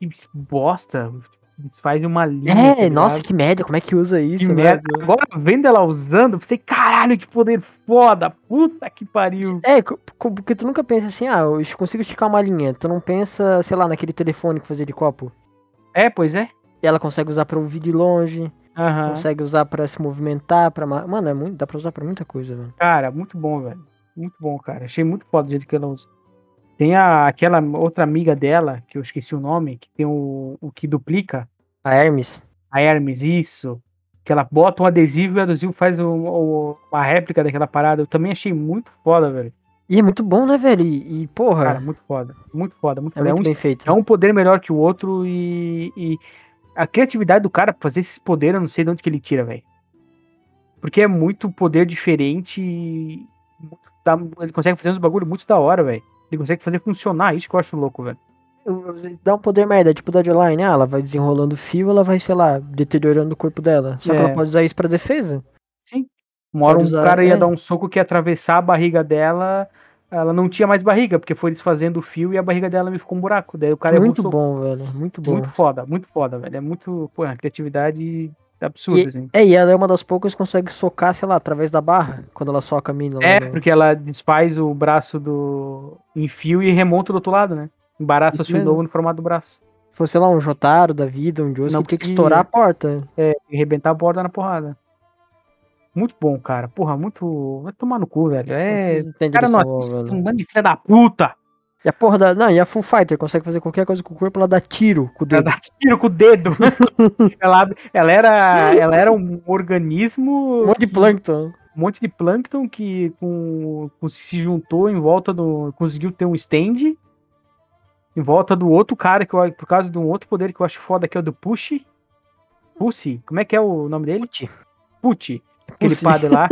Speaker 1: que bosta, desfaz uma linha. tá
Speaker 2: É,
Speaker 1: ligado?
Speaker 2: nossa, que merda, como é que usa isso?
Speaker 1: Que
Speaker 2: velho?
Speaker 1: merda. Agora vendo ela usando, eu pensei, caralho, que poder foda, puta que pariu.
Speaker 2: É, co- co- porque tu nunca pensa assim, ah, eu es- consigo esticar uma linha. Tu não pensa, sei lá, naquele telefone que fazia de copo.
Speaker 1: É, pois é.
Speaker 2: E ela consegue usar pra ouvir de longe,
Speaker 1: Aham.
Speaker 2: consegue usar pra se movimentar, pra. ma- Mano, é muito, dá pra usar pra muita coisa, velho.
Speaker 1: Cara, muito bom, velho. Muito bom, cara. Achei muito foda o jeito que ela usa. Tem a, aquela outra amiga dela, que eu esqueci o nome, que tem o, o que duplica,
Speaker 2: A Hermes.
Speaker 1: a Hermes, isso. Que ela bota um adesivo e o adesivo faz o- o- uma réplica daquela parada. Eu também achei muito foda, velho.
Speaker 2: E é muito bom, né, velho? E, e, porra,
Speaker 1: Cara, muito foda. Muito foda, muito
Speaker 2: é
Speaker 1: foda. É
Speaker 2: muito
Speaker 1: um,
Speaker 2: bem feito.
Speaker 1: é um poder melhor que o outro e, e a criatividade do cara pra fazer esses poderes, eu não sei de onde que ele tira, velho. Porque é muito poder diferente e muito da- ele consegue fazer uns bagulho muito da hora, velho. Ele consegue fazer funcionar, isso que eu acho louco, velho.
Speaker 2: Dá um poder merda, tipo da Jolene, ah, ela vai desenrolando fio, ela vai, sei lá, deteriorando o corpo dela. Só que
Speaker 1: É.
Speaker 2: ela pode usar isso pra defesa.
Speaker 1: Uma hora
Speaker 2: Pode
Speaker 1: um
Speaker 2: usar,
Speaker 1: cara ia
Speaker 2: é.
Speaker 1: dar um soco que ia atravessar a barriga dela, ela não tinha mais barriga, porque foi desfazendo o fio e a barriga dela ficou um buraco. Daí o cara errou o
Speaker 2: é muito
Speaker 1: soco.
Speaker 2: bom, velho. Muito bom.
Speaker 1: Muito foda, muito foda, velho. É muito, pô, é uma criatividade absurda, assim.
Speaker 2: É, e ela é uma das poucas que consegue socar, sei lá, através da barra, quando ela soca a mina. lá né?
Speaker 1: É,
Speaker 2: no-
Speaker 1: porque ela desfaz o braço do enfio e remonta do outro lado, né? Embaraça o
Speaker 2: Isso
Speaker 1: fio
Speaker 2: mesmo.
Speaker 1: novo no formato do braço.
Speaker 2: Se fosse sei lá um Jotaro da vida, um Josuke,
Speaker 1: Não
Speaker 2: que tem que
Speaker 1: conseguia.
Speaker 2: estourar a porta.
Speaker 1: E arrebentar a borda na porrada. Muito bom, cara. Porra, muito. Vai tomar no cu, velho. É.
Speaker 2: Não tem
Speaker 1: Cara,
Speaker 2: direção,
Speaker 1: não
Speaker 2: ó,
Speaker 1: assiste,
Speaker 2: velho.
Speaker 1: um bando de filha da puta.
Speaker 2: E a porra da. Não, e a Full Fighter consegue fazer qualquer coisa com o corpo, ela dá tiro com o
Speaker 1: Ela
Speaker 2: dedo.
Speaker 1: dá tiro com o dedo. ela, abre- ela era, ela era um organismo.
Speaker 2: Um monte de plâncton.
Speaker 1: um monte de plâncton que com, com- se juntou em volta do. conseguiu ter um stand em volta do outro cara, que eu- por causa de um outro poder que eu acho foda, que é o do Push. Pussy? Como é que é o nome dele?
Speaker 2: Puti.
Speaker 1: Puti. Aquele
Speaker 2: Pussy.
Speaker 1: padre lá.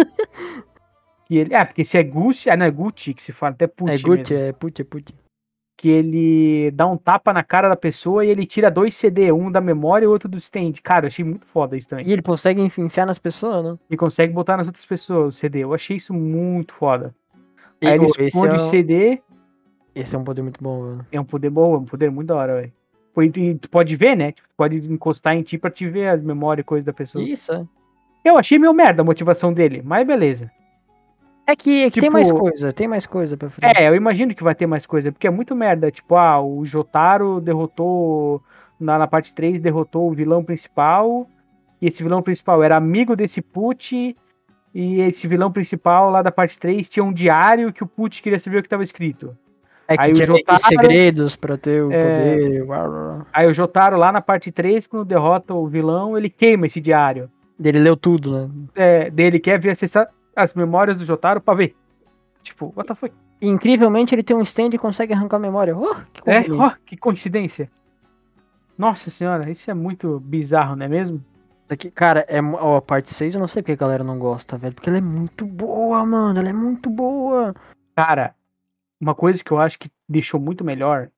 Speaker 1: Que ele, ah, porque se é Gucci, ah, não é Gucci que se fala, até Pucci.
Speaker 2: É Gucci, é Puti, é Puti.
Speaker 1: Que ele dá um tapa na cara da pessoa e ele tira dois CD, um da memória e outro do stand. Cara, eu achei muito foda isso também.
Speaker 2: E ele consegue enfi- enfiar nas pessoas, né?
Speaker 1: E consegue botar nas outras pessoas o CD. Eu achei isso muito foda.
Speaker 2: E,
Speaker 1: Aí ele
Speaker 2: ô, esse,
Speaker 1: esconde
Speaker 2: é
Speaker 1: o
Speaker 2: um,
Speaker 1: CD,
Speaker 2: esse é um poder muito bom, mano.
Speaker 1: é um poder bom, é um poder muito da hora, velho. Pô, E tu- e tu pode ver, né? Tipo, tu pode encostar em ti pra te ver a memória e coisa da pessoa.
Speaker 2: Isso, é.
Speaker 1: Eu achei meio merda a motivação dele, mas beleza.
Speaker 2: É que, é que tem mais
Speaker 1: Tipo-
Speaker 2: coisa, tem mais coisa pra frente.
Speaker 1: É, eu imagino que vai ter mais coisa, porque é muito merda. Tipo, ah, o Jotaro derrotou. Na, na parte 3 derrotou o vilão principal. E esse vilão principal era amigo desse Pucci. E esse vilão principal lá da parte 3 tinha um diário que o Pucci queria saber o que estava escrito.
Speaker 2: É, que
Speaker 1: aí o
Speaker 2: tinha meio que
Speaker 1: Jotaro-
Speaker 2: segredos pra ter o
Speaker 1: É.
Speaker 2: poder. uau, uau, uau.
Speaker 1: Aí o Jotaro lá na parte 3, quando derrota o vilão, ele queima esse diário.
Speaker 2: Ele leu tudo, né?
Speaker 1: É, dele quer ver acessar as memórias do Jotaro pra ver. Tipo, what the fuck?
Speaker 2: E, incrivelmente ele tem um stand e consegue arrancar a memória. Oh, que
Speaker 1: É,
Speaker 2: conveniente.
Speaker 1: ó, que coincidência. Nossa senhora, isso é muito bizarro, não é mesmo?
Speaker 2: Daqui- cara, é, mu- ó, a parte 6 eu não sei porque a galera não gosta, velho. Porque ela é muito boa, mano. Ela é muito boa.
Speaker 1: Cara, uma coisa que eu acho que deixou muito melhor,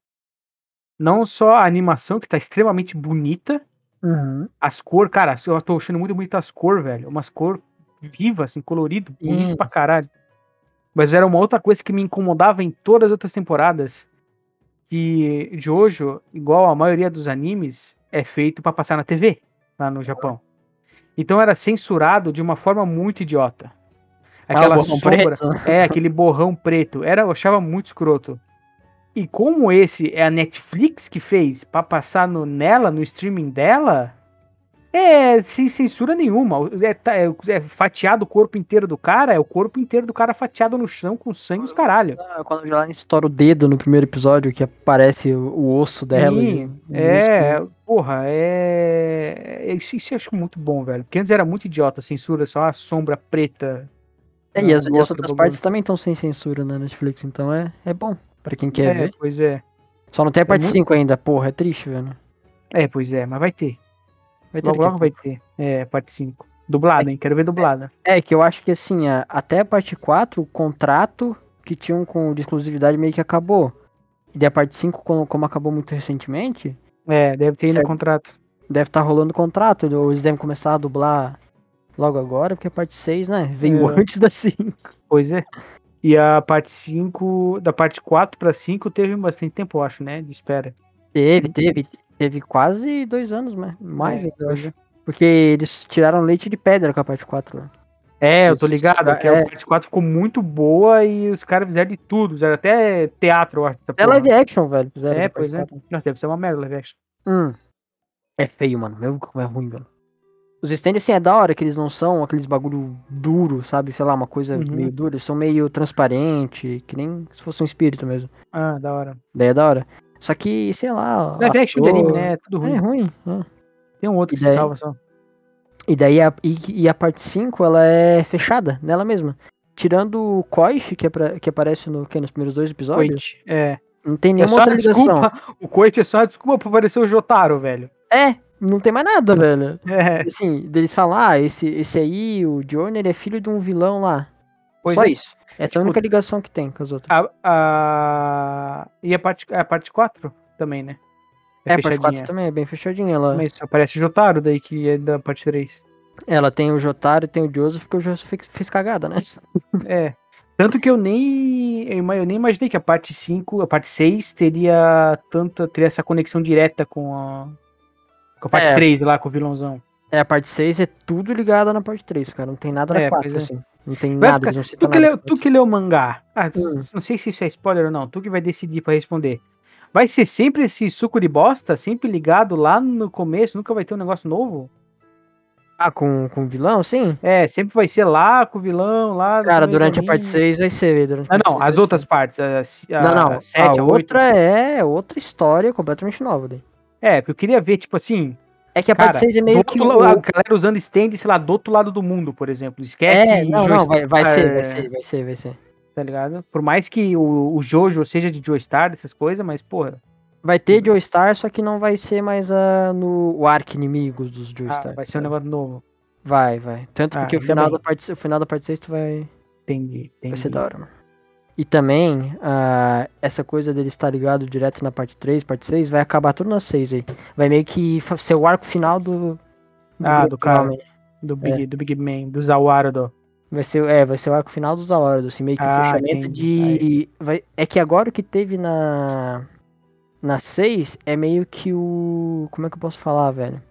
Speaker 1: não só a animação, que tá extremamente bonita, as cores, cara, eu tô achando muito bonita as cores, velho. Umas cores vivas, assim, colorido, bonito
Speaker 2: Hum.
Speaker 1: pra caralho. Mas era uma outra coisa que me incomodava em todas as outras temporadas. Que Jojo, igual a maioria dos animes, é feito pra passar na TV, lá no Japão. Então era censurado de uma forma muito idiota. Aquela
Speaker 2: Ah, o borrão
Speaker 1: sombra.
Speaker 2: preto, né?
Speaker 1: É, aquele borrão preto. Era, eu achava muito escroto. E como esse é a Netflix que fez pra passar no, nela, no streaming dela, é sem censura nenhuma. O- É, tá- é- é fatiado o corpo inteiro do cara, é o corpo inteiro do cara fatiado no chão com sangue e os caralho.
Speaker 2: Ah, Quando ela estoura o dedo no primeiro episódio, que aparece o, o osso dela. e
Speaker 1: Sim,
Speaker 2: o músculo.
Speaker 1: É, porra, é. é- Isso, isso eu acho muito bom, velho. Porque antes era muito idiota, censura, só a sombra preta.
Speaker 2: É, e as,
Speaker 1: no
Speaker 2: e as
Speaker 1: outro
Speaker 2: outras
Speaker 1: bagulho.
Speaker 2: partes também estão sem censura na Netflix, então é, é bom pra quem quer
Speaker 1: é,
Speaker 2: ver.
Speaker 1: pois é.
Speaker 2: Só não tem a parte
Speaker 1: muito-
Speaker 2: 5 ainda, porra, é triste, velho.
Speaker 1: É, pois é, mas vai ter.
Speaker 2: Vai ter
Speaker 1: Logo,
Speaker 2: daqui a
Speaker 1: logo vai ter. É, parte 5. Dublada, hein? Quero ver dublada.
Speaker 2: É, que eu acho que assim, a- até a parte 4, o contrato que tinham com de exclusividade meio que acabou. E da parte 5, como, como acabou muito recentemente,
Speaker 1: É, deve ter ainda
Speaker 2: Certo.
Speaker 1: contrato.
Speaker 2: deve estar rolando contrato. Ou eles devem começar a dublar logo agora, porque a parte 6, né, veio
Speaker 1: É.
Speaker 2: antes da 5.
Speaker 1: Pois é. E a parte 5, da parte 4 pra 5, teve bastante tempo, eu acho, né? De espera.
Speaker 2: Teve, teve, teve quase dois anos, né? Mais,
Speaker 1: É,
Speaker 2: eu acho. Porque eles tiraram leite de pedra com a parte 4. né?
Speaker 1: É, eu tô
Speaker 2: Isso,
Speaker 1: ligado. que
Speaker 2: é.
Speaker 1: A parte 4 ficou muito boa e os caras fizeram de tudo. Fizeram até teatro, eu acho. dessa
Speaker 2: É
Speaker 1: porra.
Speaker 2: live action, velho. Fizeram
Speaker 1: É,
Speaker 2: da parte
Speaker 1: pois é.
Speaker 2: quatro.
Speaker 1: Nossa, deve ser uma merda live action.
Speaker 2: Hum. É feio, mano. Meu, como é ruim, velho. Os stands, assim, é da hora que eles não são aqueles bagulho duro, sabe? Sei lá, uma coisa
Speaker 1: Uhum.
Speaker 2: meio dura. Eles são meio transparente, que nem se fosse um espírito mesmo.
Speaker 1: Ah, da hora.
Speaker 2: Daí é da hora. Só que, sei lá...
Speaker 1: Live action de
Speaker 2: ator-
Speaker 1: anime, né? É tudo
Speaker 2: Ah, É
Speaker 1: ruim.
Speaker 2: ruim, né?
Speaker 1: Tem um outro que
Speaker 2: Ideia.
Speaker 1: salva só.
Speaker 2: E daí a, e, e a parte 5, ela é fechada nela mesma. Tirando o Koichi, que, apra- que aparece no, que, nos primeiros dois episódios,
Speaker 1: Coit. É.
Speaker 2: não tem
Speaker 1: É
Speaker 2: nenhuma
Speaker 1: só a
Speaker 2: outra ligação.
Speaker 1: desculpa. O Coit é só a desculpa pra aparecer o Jotaro, velho.
Speaker 2: É, não tem mais nada, velho.
Speaker 1: É,
Speaker 2: assim, deles falar, ah, esse, esse aí, o Johnny, ele é filho de um vilão lá.
Speaker 1: pois
Speaker 2: Só
Speaker 1: é.
Speaker 2: isso. Essa é a única ligação que tem com as outras.
Speaker 1: A, a- E a parte, a parte 4 também, né?
Speaker 2: é, a parte 4
Speaker 1: fechadinha.
Speaker 2: também é bem fechadinha. Ela,
Speaker 1: Mas só aparece o Jotaro daí, que é da parte 3.
Speaker 2: ela tem o Jotaro, tem o Joseph, porque o Joseph fez, fez cagada, né?
Speaker 1: É. Tanto que eu nem. Eu ima- eu nem imaginei que a parte 5, a parte 6 teria tanta. teria essa conexão direta com a. Com a parte
Speaker 2: É.
Speaker 1: 3 lá, com o vilãozão.
Speaker 2: É, a parte 6 é tudo ligada na parte 3, cara. Não tem nada na
Speaker 1: É,
Speaker 2: 4,
Speaker 1: pois é.
Speaker 2: assim. Não tem
Speaker 1: Vai
Speaker 2: nada,
Speaker 1: ficar-
Speaker 2: eles não citam
Speaker 1: Tu que,
Speaker 2: nada.
Speaker 1: leu, tu que leu é o mangá. Ah, tu-
Speaker 2: Hum.
Speaker 1: não sei se isso é spoiler ou não. Tu que vai decidir pra responder. Vai ser sempre esse suco de bosta, sempre ligado lá no começo, nunca vai ter um negócio novo?
Speaker 2: Ah, com, com o vilão, sim?
Speaker 1: É, sempre vai ser lá com o vilão, lá. no
Speaker 2: Cara,
Speaker 1: começo
Speaker 2: durante a
Speaker 1: do
Speaker 2: parte
Speaker 1: anime.
Speaker 2: 6 vai ser. Durante a
Speaker 1: Ah,
Speaker 2: parte
Speaker 1: não,
Speaker 2: seis
Speaker 1: as
Speaker 2: vai
Speaker 1: outras
Speaker 2: ser.
Speaker 1: partes. A, se- a,
Speaker 2: Não, não.
Speaker 1: 7,
Speaker 2: a
Speaker 1: a 8.
Speaker 2: outra é outra história completamente nova. Daí.
Speaker 1: É, porque eu queria ver, tipo assim.
Speaker 2: É que a
Speaker 1: Cara,
Speaker 2: parte 6 é
Speaker 1: do
Speaker 2: meio
Speaker 1: outro
Speaker 2: que.
Speaker 1: la-
Speaker 2: o-
Speaker 1: a galera usando stand, sei lá, do outro lado do mundo, por exemplo. Esquece.
Speaker 2: É, não, não, vai, vai
Speaker 1: Joestar,
Speaker 2: ser, vai ser, vai ser, vai ser.
Speaker 1: Tá ligado? Por mais que o, o Jojo seja de Joestar, essas coisas, mas, porra,
Speaker 2: Vai ter Joestar, só que não vai ser mais a, no, o arco inimigos dos Joestar.
Speaker 1: ah, vai ser um
Speaker 2: sabe?
Speaker 1: negócio novo.
Speaker 2: Vai, vai. Tanto
Speaker 1: Ah,
Speaker 2: porque o
Speaker 1: ainda
Speaker 2: final,
Speaker 1: bem.
Speaker 2: da parte, o final da parte 6 tu vai,
Speaker 1: Entendi, entendi.
Speaker 2: Vai ser da hora, mano. E também, ah, essa coisa dele estar ligado direto na parte 3, parte 6, vai acabar tudo na 6 aí. Vai meio que fa- ser o arco final do.
Speaker 1: Ah,
Speaker 2: grupo,
Speaker 1: do cara.
Speaker 2: realmente.
Speaker 1: Do
Speaker 2: é.
Speaker 1: Big, do Big Man, do Zawaro. Do...
Speaker 2: Vai ser, é, vai ser o arco final do Zawardo, assim, meio que o
Speaker 1: Ah,
Speaker 2: fechamento
Speaker 1: entendi,
Speaker 2: de. vai- é que agora o que teve na. Na 6 é meio que o. Como é que eu posso falar, velho?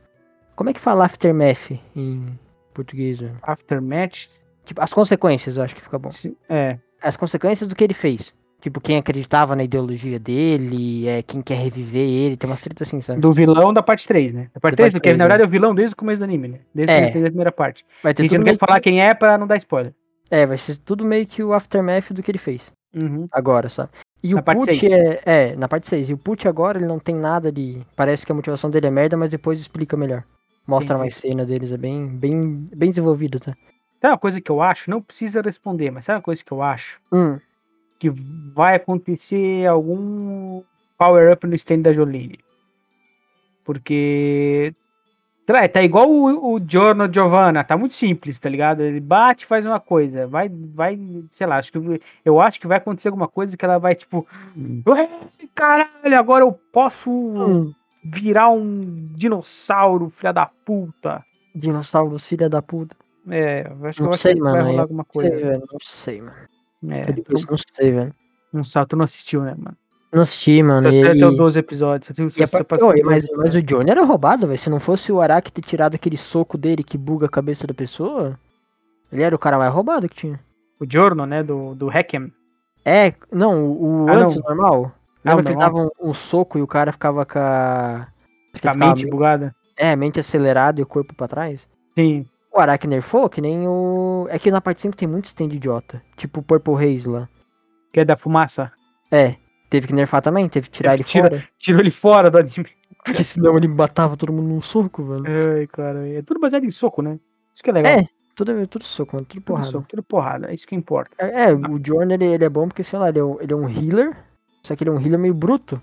Speaker 2: Como é que fala aftermath em português? velho?
Speaker 1: Aftermatch.
Speaker 2: Tipo, as consequências, eu acho que fica bom.
Speaker 1: se- É,
Speaker 2: as consequências do que ele fez. Tipo, quem acreditava na ideologia dele, é, quem quer reviver ele, tem umas tretas assim, sabe?
Speaker 1: do vilão da parte 3, né? Da parte
Speaker 2: Da
Speaker 1: 3,
Speaker 2: parte
Speaker 1: que na
Speaker 2: três,
Speaker 1: verdade é o vilão desde o começo do anime, né? Desde
Speaker 2: É.
Speaker 1: o começo da primeira parte.
Speaker 2: Vai
Speaker 1: A
Speaker 2: ter
Speaker 1: gente
Speaker 2: tudo
Speaker 1: não quer
Speaker 2: meio,
Speaker 1: falar quem é pra não dar spoiler.
Speaker 2: é, vai ser tudo meio que o aftermath do que ele fez
Speaker 1: Uhum.
Speaker 2: agora, sabe? E
Speaker 1: Na
Speaker 2: o
Speaker 1: parte
Speaker 2: Put
Speaker 1: seis.
Speaker 2: é, é, na parte 6. E o Put agora, ele não tem nada de. Parece que a motivação dele é merda, mas depois explica melhor. Mostra
Speaker 1: Entendi.
Speaker 2: mais cena deles, é bem, bem, bem desenvolvido, tá?
Speaker 1: Sabe uma coisa que eu acho? Não precisa responder, mas sabe uma coisa que eu acho?
Speaker 2: Hum,
Speaker 1: Que vai acontecer algum power-up no stand da Jolene. Porque. Sei lá, tá igual o, o Giorno Giovanna, tá muito simples, tá ligado? Ele bate faz uma coisa, vai, vai, sei lá, acho que, eu acho que vai acontecer alguma coisa que ela vai, tipo, "Ué, caralho, agora eu posso
Speaker 2: hum.
Speaker 1: virar um dinossauro, filha da puta.
Speaker 2: Dinossauros, filha da puta.
Speaker 1: É, eu acho que
Speaker 2: Não
Speaker 1: eu acho
Speaker 2: sei,
Speaker 1: que
Speaker 2: mano, é
Speaker 1: vai rolar
Speaker 2: eu
Speaker 1: alguma
Speaker 2: Não sei,
Speaker 1: coisa.
Speaker 2: velho, não sei, mano.
Speaker 1: É,
Speaker 2: Tá difícil, não sei, velho.
Speaker 1: não sabe, tu um não assistiu, né, mano?
Speaker 2: Não assisti, mano.
Speaker 1: Só
Speaker 2: e-
Speaker 1: assistiu até
Speaker 2: e-
Speaker 1: os 12 episódios. Só tem-
Speaker 2: E
Speaker 1: só-
Speaker 2: a
Speaker 1: só
Speaker 2: par-
Speaker 1: passou
Speaker 2: Ô, e
Speaker 1: por
Speaker 2: mas,
Speaker 1: isso,
Speaker 2: mas
Speaker 1: né?
Speaker 2: o Johnny era roubado, velho. Se não fosse o Araki ter tirado aquele soco dele que buga a cabeça da pessoa, ele era o cara mais roubado que tinha.
Speaker 1: o Giorno, né, do, do Hackham.
Speaker 2: É, não, o, o
Speaker 1: Ah,
Speaker 2: antes
Speaker 1: não.
Speaker 2: normal. Lembra que ele
Speaker 1: normal.
Speaker 2: dava um, um soco e o cara ficava com a. acho que
Speaker 1: Com a
Speaker 2: ele ficava
Speaker 1: mente
Speaker 2: me-
Speaker 1: bugada.
Speaker 2: É, mente acelerada e o corpo pra trás.
Speaker 1: Sim.
Speaker 2: O Araki nerfou, que nem o. É que na parte 5 tem muito stand idiota. Tipo o Purple Haze lá.
Speaker 1: Que é da fumaça.
Speaker 2: É, teve que nerfar também, teve que tirar
Speaker 1: Teve
Speaker 2: ele
Speaker 1: que tirar-
Speaker 2: fora.
Speaker 1: Tirou ele fora do anime.
Speaker 2: Porque senão ele matava todo mundo num soco, velho.
Speaker 1: Ai, cara. É tudo baseado em soco, né? Isso que é legal.
Speaker 2: É, Tudo, tudo soco, mano, tudo
Speaker 1: tudo
Speaker 2: porrada.
Speaker 1: soco, tudo porrada. É isso que importa.
Speaker 2: É, é, o Jordan ele, ele é bom porque, sei lá, ele é, um, ele é um healer, só que ele é um healer meio bruto.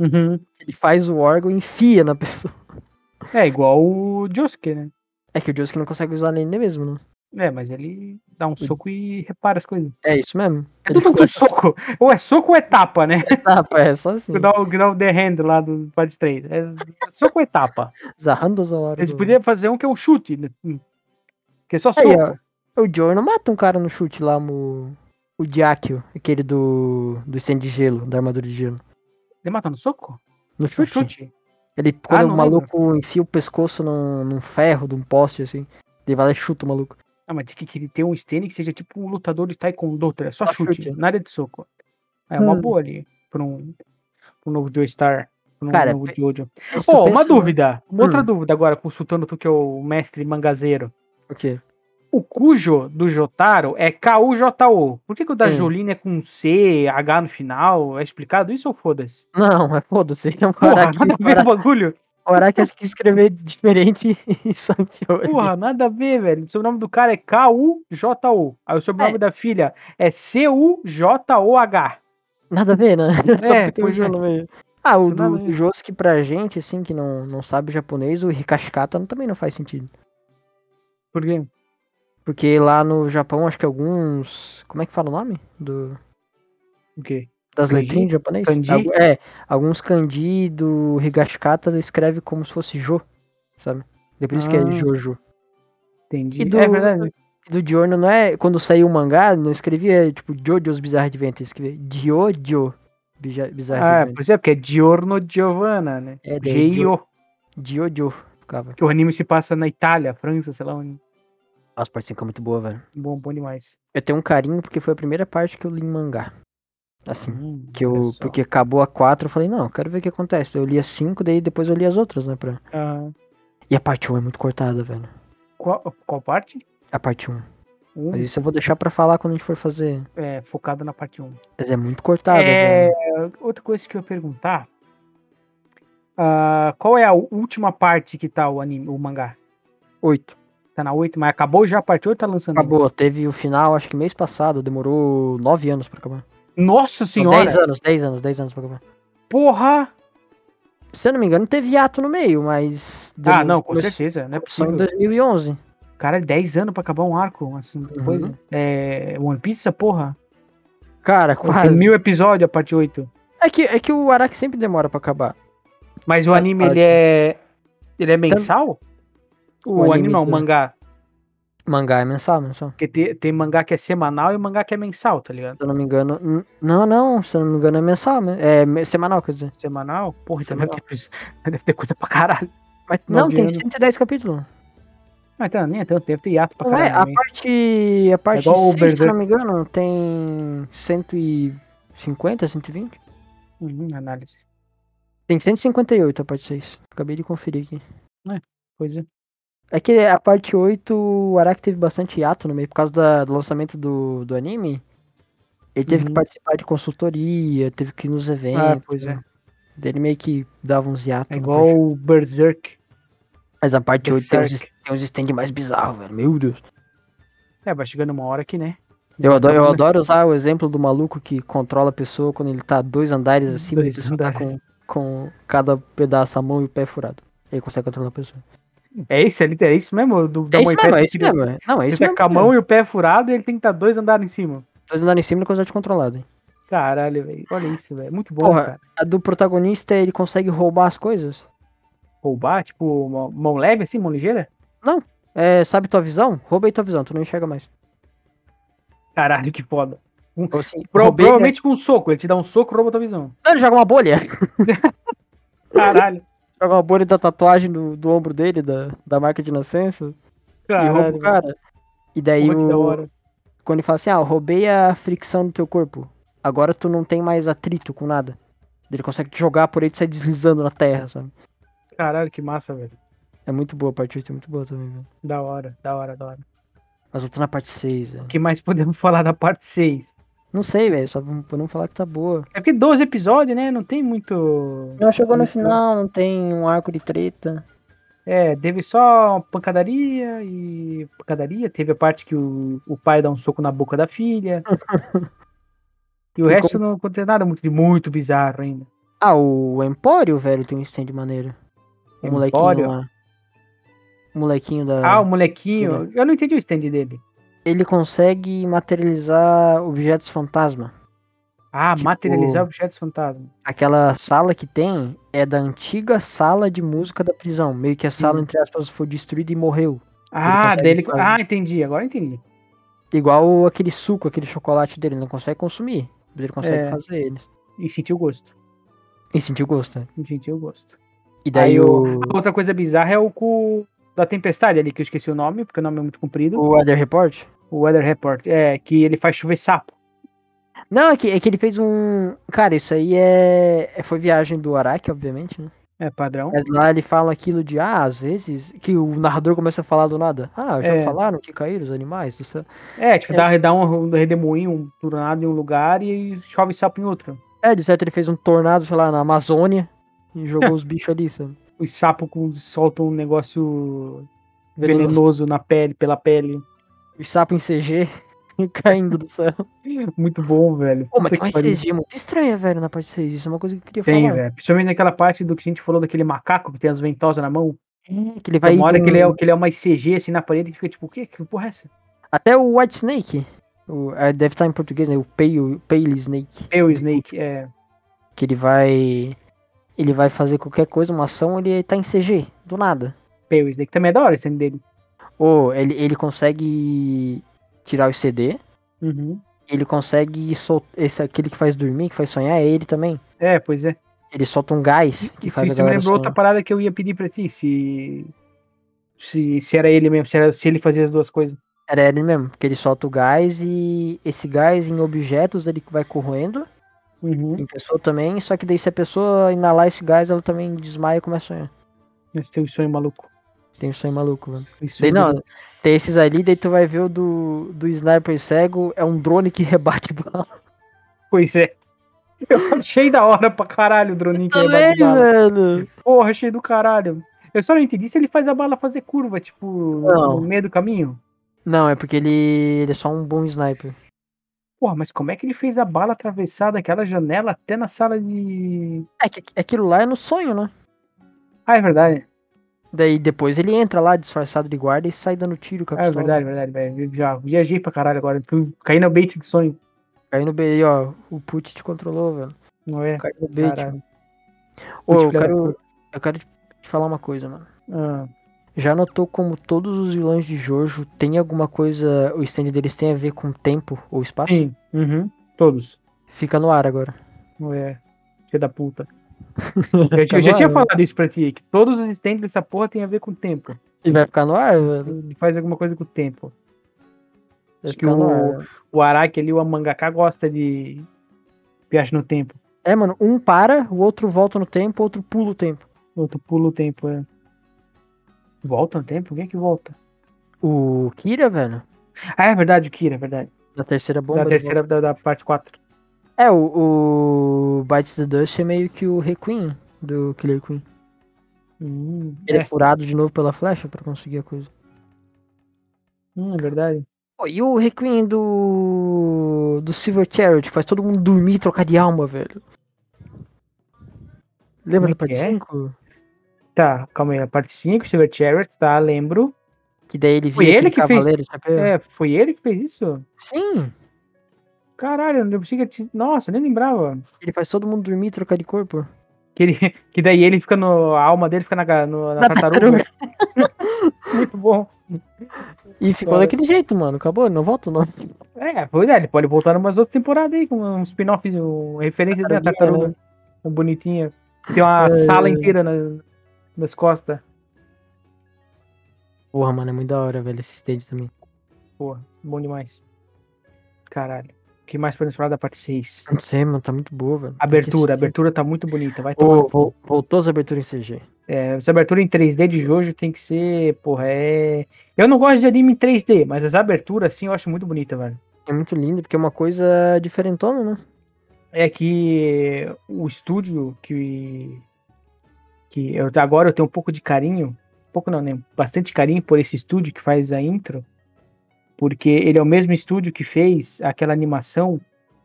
Speaker 1: Uhum.
Speaker 2: Ele faz o órgão e enfia na pessoa.
Speaker 1: É igual o Josuke, né?
Speaker 2: É que o Josuke não consegue usar nem ele mesmo, né?
Speaker 1: É, mas ele dá um soco e repara as coisas.
Speaker 2: É um isso mesmo.
Speaker 1: É tudo com soco. Ou é soco ou é tapa, né?
Speaker 2: etapa, é só assim.
Speaker 1: Que dá o que dá o The Hand lá do Part 3. É soco ou etapa.
Speaker 2: Zarrando os horários.
Speaker 1: um Eles podiam fazer um que é um chute. né? Que é só
Speaker 2: Uhum. Aí,
Speaker 1: soco.
Speaker 2: ó, o Jordan mata um cara no chute lá, no... o Diáquio, aquele do, do stand de gelo, da armadura de gelo.
Speaker 1: Ele mata no soco?
Speaker 2: No
Speaker 1: Chute,
Speaker 2: chute.
Speaker 1: chute. Ah,
Speaker 2: Ele, quando
Speaker 1: não
Speaker 2: o maluco enfia o pescoço num, num ferro, de um poste, assim, ele vai lá e chuta o maluco.
Speaker 1: Ah, mas tem que, que ele ter um stand que seja tipo um lutador de taekwondo, tá? é só
Speaker 2: Só
Speaker 1: chute,
Speaker 2: chute.
Speaker 1: nada de soco. É uma
Speaker 2: Hum.
Speaker 1: boa ali pra um, pra um novo Joe Star, pra um
Speaker 2: Cara,
Speaker 1: novo
Speaker 2: pe-
Speaker 1: Jojo.
Speaker 2: Aí se tu
Speaker 1: Pô, uma
Speaker 2: pensa, né?
Speaker 1: dúvida, uma outra
Speaker 2: Hum.
Speaker 1: dúvida agora, consultando tu que é o mestre mangazeiro.
Speaker 2: O quê?
Speaker 1: O Cujo do Jotaro é K-U-J-O. Por que, que o da
Speaker 2: Sim.
Speaker 1: Jolina é com C, H no final? É explicado isso ou foda-se?
Speaker 2: Não, mas foda-se. é um
Speaker 1: Porra,
Speaker 2: Araki-
Speaker 1: nada a ver o bagulho.
Speaker 2: Orar que acho que escrever diferente e só enfiou ele.
Speaker 1: Porra, nada a ver, velho. O sobrenome do cara é K-U-J-O. Aí o sobrenome
Speaker 2: É.
Speaker 1: da filha é C-U-J-O-H.
Speaker 2: Nada a ver, né? Só
Speaker 1: É,
Speaker 2: porque tem um
Speaker 1: pois é.
Speaker 2: Jô no meio. Ah, o
Speaker 1: Nada a
Speaker 2: do,
Speaker 1: ver.
Speaker 2: do Josuke pra gente, assim, que não, não sabe japonês, o Hikashikata não- também não faz sentido.
Speaker 1: Por quê?
Speaker 2: Porque lá no Japão, acho que alguns... Como é que fala o nome? Do,
Speaker 1: O quê?
Speaker 2: das
Speaker 1: Kanji?
Speaker 2: letrinhas em japonês?
Speaker 1: Kanji?
Speaker 2: Algu- É, alguns kanji do Higashikata escreve como se fosse Jo, sabe? Depois que
Speaker 1: Ah.
Speaker 2: é Jojo.
Speaker 1: Entendi.
Speaker 2: E do,
Speaker 1: É verdade.
Speaker 2: do Diorno não é. Quando saiu o mangá, não escrevia tipo Jojo's Bizarre Adventure, escrevia Dio Dio Bija- Bizarre
Speaker 1: Ah,
Speaker 2: Adventure.
Speaker 1: pois é, porque é Giorno Giovanna, né?
Speaker 2: É, daí Dio,
Speaker 1: G-I-O.
Speaker 2: Dio Dio ficava.
Speaker 1: Que o anime se passa na Itália, França, sei lá onde.
Speaker 2: Nossa, a parte 5 é muito boa, velho.
Speaker 1: Bom, bom demais.
Speaker 2: Eu tenho um carinho porque foi a primeira parte que eu li em mangá. Assim.
Speaker 1: Hum,
Speaker 2: Que
Speaker 1: olha
Speaker 2: eu,
Speaker 1: só.
Speaker 2: porque acabou a 4, eu falei, não, eu quero ver o que acontece. Eu li a 5, daí depois eu li as outras, né? Pra...
Speaker 1: Ah,
Speaker 2: E a parte 1 é muito cortada, velho.
Speaker 1: qual, qual parte?
Speaker 2: A parte 1.
Speaker 1: Um,
Speaker 2: Mas isso eu vou deixar pra falar quando a gente for fazer.
Speaker 1: é, focada na parte 1.
Speaker 2: Mas é muito cortada,
Speaker 1: É,
Speaker 2: velho.
Speaker 1: outra coisa que eu ia perguntar. ah, qual é a última parte que tá o anime, o mangá?
Speaker 2: 8.
Speaker 1: Tá na 8, mas acabou já a parte 8 tá lançando. ainda?
Speaker 2: Acabou, teve o final, acho que mês passado, demorou nove anos pra acabar.
Speaker 1: Nossa
Speaker 2: Não,
Speaker 1: senhora!
Speaker 2: dez Ah, anos, dez anos, dez anos pra acabar.
Speaker 1: Porra!
Speaker 2: Se eu não me engano, teve hiato no meio, mas...
Speaker 1: Ah,
Speaker 2: demorou-
Speaker 1: não, com
Speaker 2: começou-
Speaker 1: certeza, não é
Speaker 2: Só em
Speaker 1: possível.
Speaker 2: 2011.
Speaker 1: Cara, 10 anos pra acabar um arco, assim, de
Speaker 2: Uhum.
Speaker 1: coisa. É, One Piece, essa porra?
Speaker 2: Cara,
Speaker 1: Tem
Speaker 2: quase.
Speaker 1: mil episódios a parte 8.
Speaker 2: É que, é que o Araki sempre demora pra acabar.
Speaker 1: Mas o
Speaker 2: Faz
Speaker 1: anime,
Speaker 2: parte.
Speaker 1: ele é. Ele é mensal? O, anime, não, o
Speaker 2: do-
Speaker 1: mangá.
Speaker 2: Mangá é mensal, mensal.
Speaker 1: Porque tem, tem mangá que é semanal e mangá que é mensal, tá ligado?
Speaker 2: Se eu não me engano. n- Não, não, se eu não me engano é mensal. né? É me- semanal, quer dizer.
Speaker 1: Semanal? Porra, então deve
Speaker 2: Semanal.
Speaker 1: ter, pres- deve ter coisa pra caralho.
Speaker 2: Mas, não,
Speaker 1: Nove
Speaker 2: tem
Speaker 1: anos.
Speaker 2: 110 capítulos.
Speaker 1: Mas tá, nem é tanto tempo, tem hiato pra
Speaker 2: Não é,
Speaker 1: caralho.
Speaker 2: a
Speaker 1: também.
Speaker 2: parte. A parte
Speaker 1: igual o
Speaker 2: 6, se eu
Speaker 1: Berserk.
Speaker 2: não me engano, tem 150, 120?
Speaker 1: Uhum, análise.
Speaker 2: Tem 158 a parte 6. Acabei de conferir aqui.
Speaker 1: Pois é.
Speaker 2: É que a parte 8, o Araki teve bastante hiato no meio por causa da- do lançamento do, do anime. Ele teve
Speaker 1: Uhum.
Speaker 2: que participar de consultoria, teve que ir nos eventos.
Speaker 1: Ah, pois
Speaker 2: né?
Speaker 1: é.
Speaker 2: Daí Ele meio que dava uns hiatos.
Speaker 1: É
Speaker 2: na
Speaker 1: igual
Speaker 2: parte-
Speaker 1: o Berserk.
Speaker 2: Mas a parte 8 tem uns,
Speaker 1: Berserk.
Speaker 2: tem uns stand mais bizarros, velho. Meu Deus.
Speaker 1: É, vai chegando uma hora que, né?
Speaker 2: Eu adoro, eu
Speaker 1: né?
Speaker 2: adoro usar o exemplo do maluco que controla a pessoa quando ele tá dois andares acima e a
Speaker 1: Dois
Speaker 2: pessoa tá
Speaker 1: andares.
Speaker 2: com, com cada pedaço a mão e o pé furado. Ele consegue controlar a pessoa.
Speaker 1: É isso, é, literal- é isso mesmo? Do, da
Speaker 2: é isso
Speaker 1: mãe
Speaker 2: mesmo,
Speaker 1: Petra
Speaker 2: é
Speaker 1: que
Speaker 2: isso
Speaker 1: tira-
Speaker 2: mesmo. é. Não, é
Speaker 1: Ele
Speaker 2: isso
Speaker 1: tá
Speaker 2: mesmo.
Speaker 1: com a mão e o pé furado e ele tem que estar dois andares em cima.
Speaker 2: Dois andares em cima ele consegue te controlar, daí.
Speaker 1: Caralho, velho. Olha isso, velho. Muito bom,
Speaker 2: Porra.
Speaker 1: cara.
Speaker 2: A do protagonista, ele consegue roubar as coisas.
Speaker 1: Roubar, tipo, mão- mão leve assim, mão ligeira?
Speaker 2: É, sabe tua visão? Roubei tua visão, tu não enxerga mais.
Speaker 1: Caralho, que foda.
Speaker 2: Ou assim,
Speaker 1: Pro-
Speaker 2: roubei-
Speaker 1: provavelmente com um soco. Ele te dá um soco, rouba tua visão.
Speaker 2: Não, ele joga uma bolha.
Speaker 1: Caralho.
Speaker 2: Joga uma bolha da tatuagem do, do ombro dele, da, da marca de nascença. e rouba
Speaker 1: Caralho.
Speaker 2: o cara. E daí
Speaker 1: velho. Porra, que da
Speaker 2: o,
Speaker 1: hora.
Speaker 2: quando ele fala assim, ah, eu roubei a fricção do teu corpo. Agora tu não tem mais atrito com nada. Ele consegue te jogar por aí e sai deslizando na terra, sabe?
Speaker 1: Caralho, que massa, velho.
Speaker 2: É muito boa a parte 8, é muito boa também, velho.
Speaker 1: Da hora, da hora, da hora.
Speaker 2: Mas voltando na parte 6, velho.
Speaker 1: O que mais podemos falar da parte 6?
Speaker 2: Não sei, velho, só vamos- pra não falar que tá boa.
Speaker 1: É porque 12 episódios, né? Não tem muito.
Speaker 2: Não chegou no
Speaker 1: Muito
Speaker 2: final, não tem um arco de treta.
Speaker 1: É, teve só pancadaria e. Pancadaria. Teve a parte que o, o pai dá um soco na boca da filha. e o
Speaker 2: E
Speaker 1: resto não aconteceu nada muito, de muito bizarro ainda.
Speaker 2: Ah, o Empório, velho, tem um stand maneiro. O
Speaker 1: Empório?
Speaker 2: molequinho lá. O molequinho da.
Speaker 1: Ah, o molequinho. Eu não entendi o stand dele.
Speaker 2: Ele consegue materializar objetos fantasma.
Speaker 1: Ah,
Speaker 2: Tipo-
Speaker 1: materializar objetos fantasma.
Speaker 2: Aquela sala que tem é da antiga sala de música da prisão. Meio que a sala,
Speaker 1: Sim.
Speaker 2: entre aspas, foi destruída e morreu.
Speaker 1: Ah,
Speaker 2: consegue
Speaker 1: dele.
Speaker 2: fazer.
Speaker 1: Ah, entendi. Agora eu entendi.
Speaker 2: Igual aquele suco, aquele chocolate dele. ele Não consegue consumir, mas ele consegue
Speaker 1: É.
Speaker 2: fazer ele.
Speaker 1: E senti o gosto.
Speaker 2: E sentiu gosto. né?
Speaker 1: E senti o gosto.
Speaker 2: E daí
Speaker 1: Aí
Speaker 2: o,
Speaker 1: A outra coisa bizarra é o cu da tempestade ali, que eu esqueci o nome, porque o nome é muito comprido.
Speaker 2: o Weather Report.
Speaker 1: O Weather Report. É, que ele faz chover sapo.
Speaker 2: Não, é que, é que ele fez um. Cara, isso aí é. é- Foi viagem do Araki, obviamente, né?
Speaker 1: É padrão.
Speaker 2: Mas lá ele fala aquilo de, ah, às vezes. Que o narrador começa a falar do nada. Ah, já
Speaker 1: É.
Speaker 2: falaram que caíram os animais do céu.
Speaker 1: É, tipo,
Speaker 2: É.
Speaker 1: Dá, dá um redemoinho, um tornado em um lugar e chove sapo em outro.
Speaker 2: É, de certo, ele fez um tornado, sei lá, na Amazônia e jogou os bichos ali, sabe?
Speaker 1: Os sapos com- soltam um negócio
Speaker 2: Venenoso.
Speaker 1: venenoso na pele, pela pele.
Speaker 2: Os sapos em CG caindo do céu.
Speaker 1: É Muito bom, velho.
Speaker 2: Pô,
Speaker 1: Puta
Speaker 2: mas tem
Speaker 1: que
Speaker 2: uma
Speaker 1: pariu.
Speaker 2: CG muito estranha, velho, na parte 6. Isso é uma coisa que eu queria
Speaker 1: Tem,
Speaker 2: falar.
Speaker 1: velho. Principalmente naquela parte do que a gente falou daquele macaco que tem as ventosas na mão.
Speaker 2: É, que
Speaker 1: Tem
Speaker 2: ele vai.
Speaker 1: uma hora
Speaker 2: de
Speaker 1: que ele,
Speaker 2: um-
Speaker 1: é, que ele é uma CG assim na parede que fica tipo, o quê? Que porra é essa?
Speaker 2: Até o White Snake. o- é, deve estar em português, né? O Pale, Pale Snake.
Speaker 1: Eu, Snake, é.
Speaker 2: Que ele vai. Ele vai fazer qualquer coisa, uma ação, ele tá em CG, do nada.
Speaker 1: Pale Snake. Também é da hora esse nome dele.
Speaker 2: Ou ele, ele consegue tirar os CD.
Speaker 1: Uhum.
Speaker 2: Ele consegue soltar. Esse aquele que faz dormir, que faz sonhar, é ele também.
Speaker 1: É, pois é.
Speaker 2: Ele solta um gás que
Speaker 1: Isso,
Speaker 2: faz a
Speaker 1: isso me
Speaker 2: galera
Speaker 1: lembrou outra
Speaker 2: sonhar.
Speaker 1: parada que eu ia pedir pra ti, se. Se, se era ele mesmo, se, era- se ele fazia as duas coisas.
Speaker 2: Era ele mesmo, porque ele solta o gás e esse gás em objetos ele vai corroendo.
Speaker 1: Uhum.
Speaker 2: Em pessoa também, só que daí se a pessoa inalar esse gás, ela também desmaia e começa a sonhar.
Speaker 1: Mas tem um sonho maluco.
Speaker 2: Tem um sonho maluco, mano.
Speaker 1: Isso
Speaker 2: Daí não, tem esses ali, daí tu vai ver o do, do sniper cego, é um drone que rebate bala.
Speaker 1: Pois é. Eu achei da hora pra caralho o droninho que rebate bala.
Speaker 2: velho.
Speaker 1: Porra, achei do caralho. Eu só não entendi se ele faz a bala fazer curva, tipo, no
Speaker 2: Não.
Speaker 1: meio do caminho.
Speaker 2: Não, é porque ele, ele é só um bom sniper.
Speaker 1: Porra, mas como é que ele fez a bala atravessar daquela janela até na sala de.
Speaker 2: É que aquilo lá é no sonho, né?
Speaker 1: Ah, é verdade.
Speaker 2: Daí depois ele entra lá disfarçado de guarda e sai dando tiro com a
Speaker 1: É
Speaker 2: pistola.
Speaker 1: verdade, verdade, velho. Já viajei pra caralho agora. Fui cair no bait de sonho.
Speaker 2: Caiu no BI, ó. O Put te controlou, velho.
Speaker 1: Não é?
Speaker 2: Caiu no bait.
Speaker 1: Caralho.
Speaker 2: Ô,
Speaker 1: Put,
Speaker 2: eu
Speaker 1: filha da
Speaker 2: quero, eu quero te falar uma coisa, mano.
Speaker 1: Ah,
Speaker 2: Já notou como todos os vilões de Jojo tem alguma coisa, o stand deles tem a ver com tempo ou espaço?
Speaker 1: sim. Uhum. Todos.
Speaker 2: Fica no ar agora.
Speaker 1: Não é? Filha da puta. Eu, já- eu já
Speaker 2: Tá
Speaker 1: tinha falado isso pra ti, que todos os stands dessa porra tem a ver com o tempo.
Speaker 2: E vai ficar no ar, velho?
Speaker 1: Ele faz alguma coisa com o tempo.
Speaker 2: Vai
Speaker 1: Acho que
Speaker 2: ficar no
Speaker 1: o-
Speaker 2: ar, velho.
Speaker 1: O Araki ali, o mangaka, gosta de viagem no tempo.
Speaker 2: É, mano, um para, o outro volta no tempo, o outro pula o tempo.
Speaker 1: Outro pula o tempo, é. Volta no tempo? Quem é que volta?
Speaker 2: O Kira, velho,
Speaker 1: Ah, é verdade, o Kira, é verdade.
Speaker 2: da terceira bomba.
Speaker 1: Da
Speaker 2: ele
Speaker 1: terceira, da, da parte 4.
Speaker 2: volta. É, o, o Bites the Dust é meio que o Requiem do Killer Queen.
Speaker 1: Hum,
Speaker 2: Ele é.
Speaker 1: é.
Speaker 2: furado de novo pela flecha pra conseguir a coisa.
Speaker 1: Hum, é verdade.
Speaker 2: Pô, e o Requiem do. do Silver Chariot, que faz todo mundo dormir e trocar de alma, velho.
Speaker 1: Como
Speaker 2: Lembra da
Speaker 1: é que
Speaker 2: parte
Speaker 1: é?
Speaker 2: 5?
Speaker 1: Tá, calma aí. A parte 5, Silver Chariot, tá, lembro.
Speaker 2: Que daí ele
Speaker 1: Foi
Speaker 2: vira
Speaker 1: ele
Speaker 2: aquele
Speaker 1: que fez-
Speaker 2: cavaleiro, de chapéu.
Speaker 1: É, foi ele que fez isso?
Speaker 2: Sim!
Speaker 1: Caralho, eu não consigo... Nossa, nem lembrava.
Speaker 2: Ele faz todo mundo dormir e trocar de corpo.
Speaker 1: Que, ele, que daí ele fica no. A alma dele fica na, ga- no- na
Speaker 2: Na
Speaker 1: tartaruga. Muito bom.
Speaker 2: E ficou
Speaker 1: Cara.
Speaker 2: daquele jeito, mano. Acabou, não volta o nome.
Speaker 1: É, pois é, ele pode voltar umas outras temporadas aí, com um spin-off, um, referência da
Speaker 2: Tartaruguinha,
Speaker 1: tartaruga. Uma Bonitinha. Tem uma sala inteira na- nas costas.
Speaker 2: Porra, mano, é muito da hora, velho, esse stand também.
Speaker 1: Porra, bom demais. Caralho. O que mais pra nos falar da parte 6?
Speaker 2: Não sei, mano, tá muito boa, velho. Tem que
Speaker 1: Abertura, a
Speaker 2: assistir.
Speaker 1: abertura tá muito bonita. Vai tomar.
Speaker 2: Ô, vol- voltou as aberturas em CG.
Speaker 1: É, essa abertura em 3D de Jojo tem que ser, porra, é. Eu não gosto de anime em 3D, mas as aberturas, assim, eu acho muito bonita, velho.
Speaker 2: É muito lindo, porque é uma coisa diferentona, né?
Speaker 1: é que o estúdio que que eu agora eu tenho um pouco de carinho, pouco não, né, bastante carinho por esse estúdio que faz a intro, porque ele é o mesmo estúdio que fez aquela animação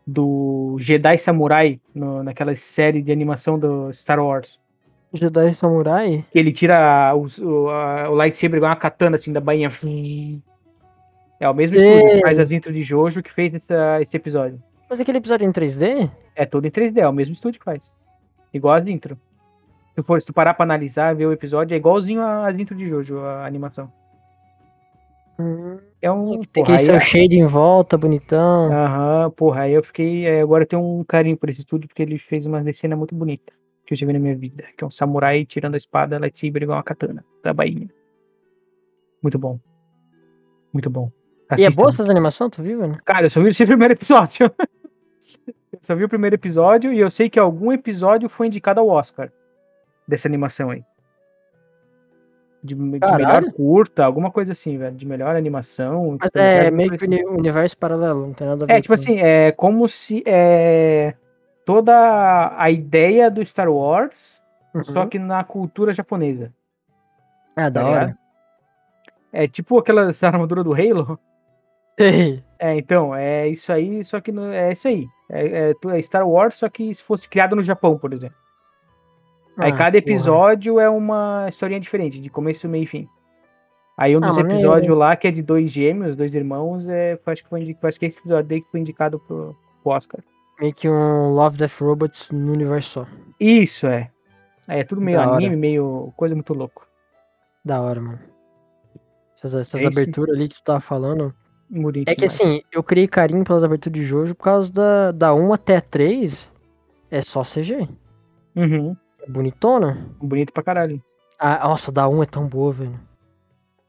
Speaker 1: do Jedi Samurai no- naquela série de animação do Star Wars,
Speaker 2: O Jedi Samurai.
Speaker 1: que ele tira os- o, a- o lightsaber igual uma katana assim da bainha. É o mesmo
Speaker 2: Sei.
Speaker 1: estúdio que faz as intro de Jojo que fez essa- esse episódio.
Speaker 2: Mas aquele episódio em 3D?
Speaker 1: É todo em 3D, é o mesmo estúdio que faz. Igual as intro. Se, for, se tu parar pra analisar, ver o episódio, é igualzinho as intro de Jojo, a animação.
Speaker 2: Hum,
Speaker 1: É um.
Speaker 2: tem
Speaker 1: porra,
Speaker 2: aquele
Speaker 1: aí,
Speaker 2: seu shade em volta, bonitão.
Speaker 1: Aham, porra, aí eu fiquei. é, agora eu tenho um carinho por esse estúdio, porque ele fez uma cena muito bonita que eu já vi na minha vida. Que é um samurai tirando a espada, lightsaber igual uma katana da bainha. Muito bom. Muito bom.
Speaker 2: e é
Speaker 1: Assistam.
Speaker 2: boa essas animações, né? tu viu, velho?
Speaker 1: Cara, eu só vi esse primeiro episódio. eu só vi o primeiro episódio e eu sei que algum episódio foi indicado ao Oscar dessa animação aí. De, me- de melhor
Speaker 2: Caralho.
Speaker 1: curta, alguma coisa assim, velho. De melhor animação.
Speaker 2: Mas
Speaker 1: curta-metragem,
Speaker 2: é
Speaker 1: alguma
Speaker 2: meio
Speaker 1: coisa
Speaker 2: que uni- universo paralelo, não tem nada a ver
Speaker 1: um é, tipo
Speaker 2: com-
Speaker 1: assim, é como se é, toda a ideia do Star Wars,
Speaker 2: Uhum.
Speaker 1: só que na cultura japonesa.
Speaker 2: Ah, da
Speaker 1: tá
Speaker 2: hora.
Speaker 1: ligado? É tipo aquela armadura do Halo.
Speaker 2: Ei,
Speaker 1: É, então, é isso aí, só que no- é isso aí. É, é tu- é Star Wars, só que se fosse criado no Japão, por exemplo. aí
Speaker 2: ah,
Speaker 1: cada
Speaker 2: porra.
Speaker 1: episódio é uma historinha diferente, de começo, meio e fim. Aí um
Speaker 2: Ah,
Speaker 1: dos
Speaker 2: maneiro.
Speaker 1: episódios lá, que é de dois gêmeos, dois irmãos, é, foi- acho, que foi, indi- acho que esse episódio daí que foi indicado pro, pro Oscar.
Speaker 2: Meio que um Love Death Robots no universo só.
Speaker 1: Isso, é. É, é tudo meio
Speaker 2: Da hora.
Speaker 1: anime, meio coisa muito louco.
Speaker 2: Da hora, mano. Essas, essas
Speaker 1: É isso.
Speaker 2: aberturas ali que tu tava falando.
Speaker 1: Bonito
Speaker 2: É que
Speaker 1: demais.
Speaker 2: assim, eu criei carinho pelas aberturas de Jojo por causa da, da 1 até a 3 é só CG.
Speaker 1: Uhum,
Speaker 2: É bonitona.
Speaker 1: bonito pra caralho.
Speaker 2: Ah, nossa, da 1 é tão boa, velho.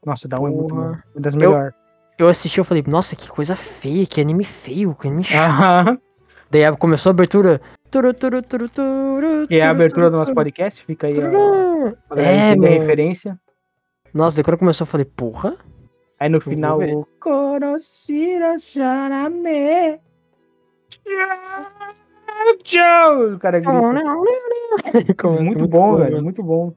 Speaker 1: Nossa, dá um é muito bom.
Speaker 2: Porra.
Speaker 1: Uma das melhores.
Speaker 2: Eu assisti, eu falei, nossa, que coisa feia, que anime feio, que anime chato.
Speaker 1: Aham.
Speaker 2: Daí a- começou a abertura. Turu, turu, turu, turu,
Speaker 1: E é a
Speaker 2: turu,
Speaker 1: abertura do
Speaker 2: turu,
Speaker 1: nosso podcast, fica aí. ó.
Speaker 2: turu.
Speaker 1: Pra galera
Speaker 2: É,
Speaker 1: entender a
Speaker 2: mano.
Speaker 1: referência.
Speaker 2: Nossa, daí quando começou, eu falei, porra.
Speaker 1: Aí no
Speaker 2: vou
Speaker 1: final,
Speaker 2: ver.
Speaker 1: o Koroshiro Sharame. Joe! O cara grita.
Speaker 2: Como é,
Speaker 1: Muito, bom, velho.
Speaker 2: mano.
Speaker 1: Muito bom.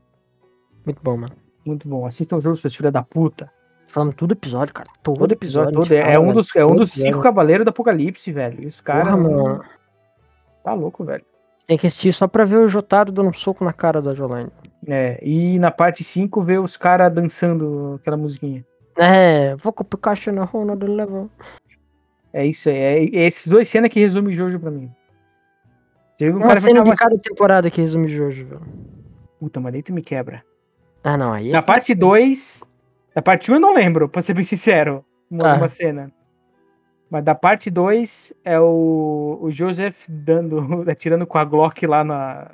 Speaker 2: Muito bom, mano.
Speaker 1: Muito bom. Assistam o jogo, seus filhos da puta.
Speaker 2: Falamos todo episódio, cara. Todo,
Speaker 1: Todo episódio,
Speaker 2: a gente
Speaker 1: todo. É,
Speaker 2: fala,
Speaker 1: um
Speaker 2: velho.
Speaker 1: dos, é um
Speaker 2: Todo
Speaker 1: dos
Speaker 2: episódio.
Speaker 1: cinco cavaleiros do apocalipse, velho. E os caras.
Speaker 2: Porra, mano.
Speaker 1: Tá louco, velho.
Speaker 2: Tem que assistir só pra ver o Jotaro dando um soco na cara da Jolene.
Speaker 1: É, e na parte 5 vê os caras dançando aquela musiquinha.
Speaker 2: É, vou com o Pikachu na Rona do level.
Speaker 1: É isso aí. É, é esses dois cenas que resume Jojo pra mim. Teve um
Speaker 2: Uma
Speaker 1: cara que
Speaker 2: cena de
Speaker 1: tava...
Speaker 2: cada temporada que resume Jojo, velho.
Speaker 1: Puta, mas daí tu me quebra.
Speaker 2: Ah, não, aí. é
Speaker 1: Na parte 2. Da parte 1 um eu não lembro, pra ser bem sincero. Uma,
Speaker 2: Ah.
Speaker 1: uma cena. Mas da parte 2 é o, o Joseph dando, atirando com a Glock lá na,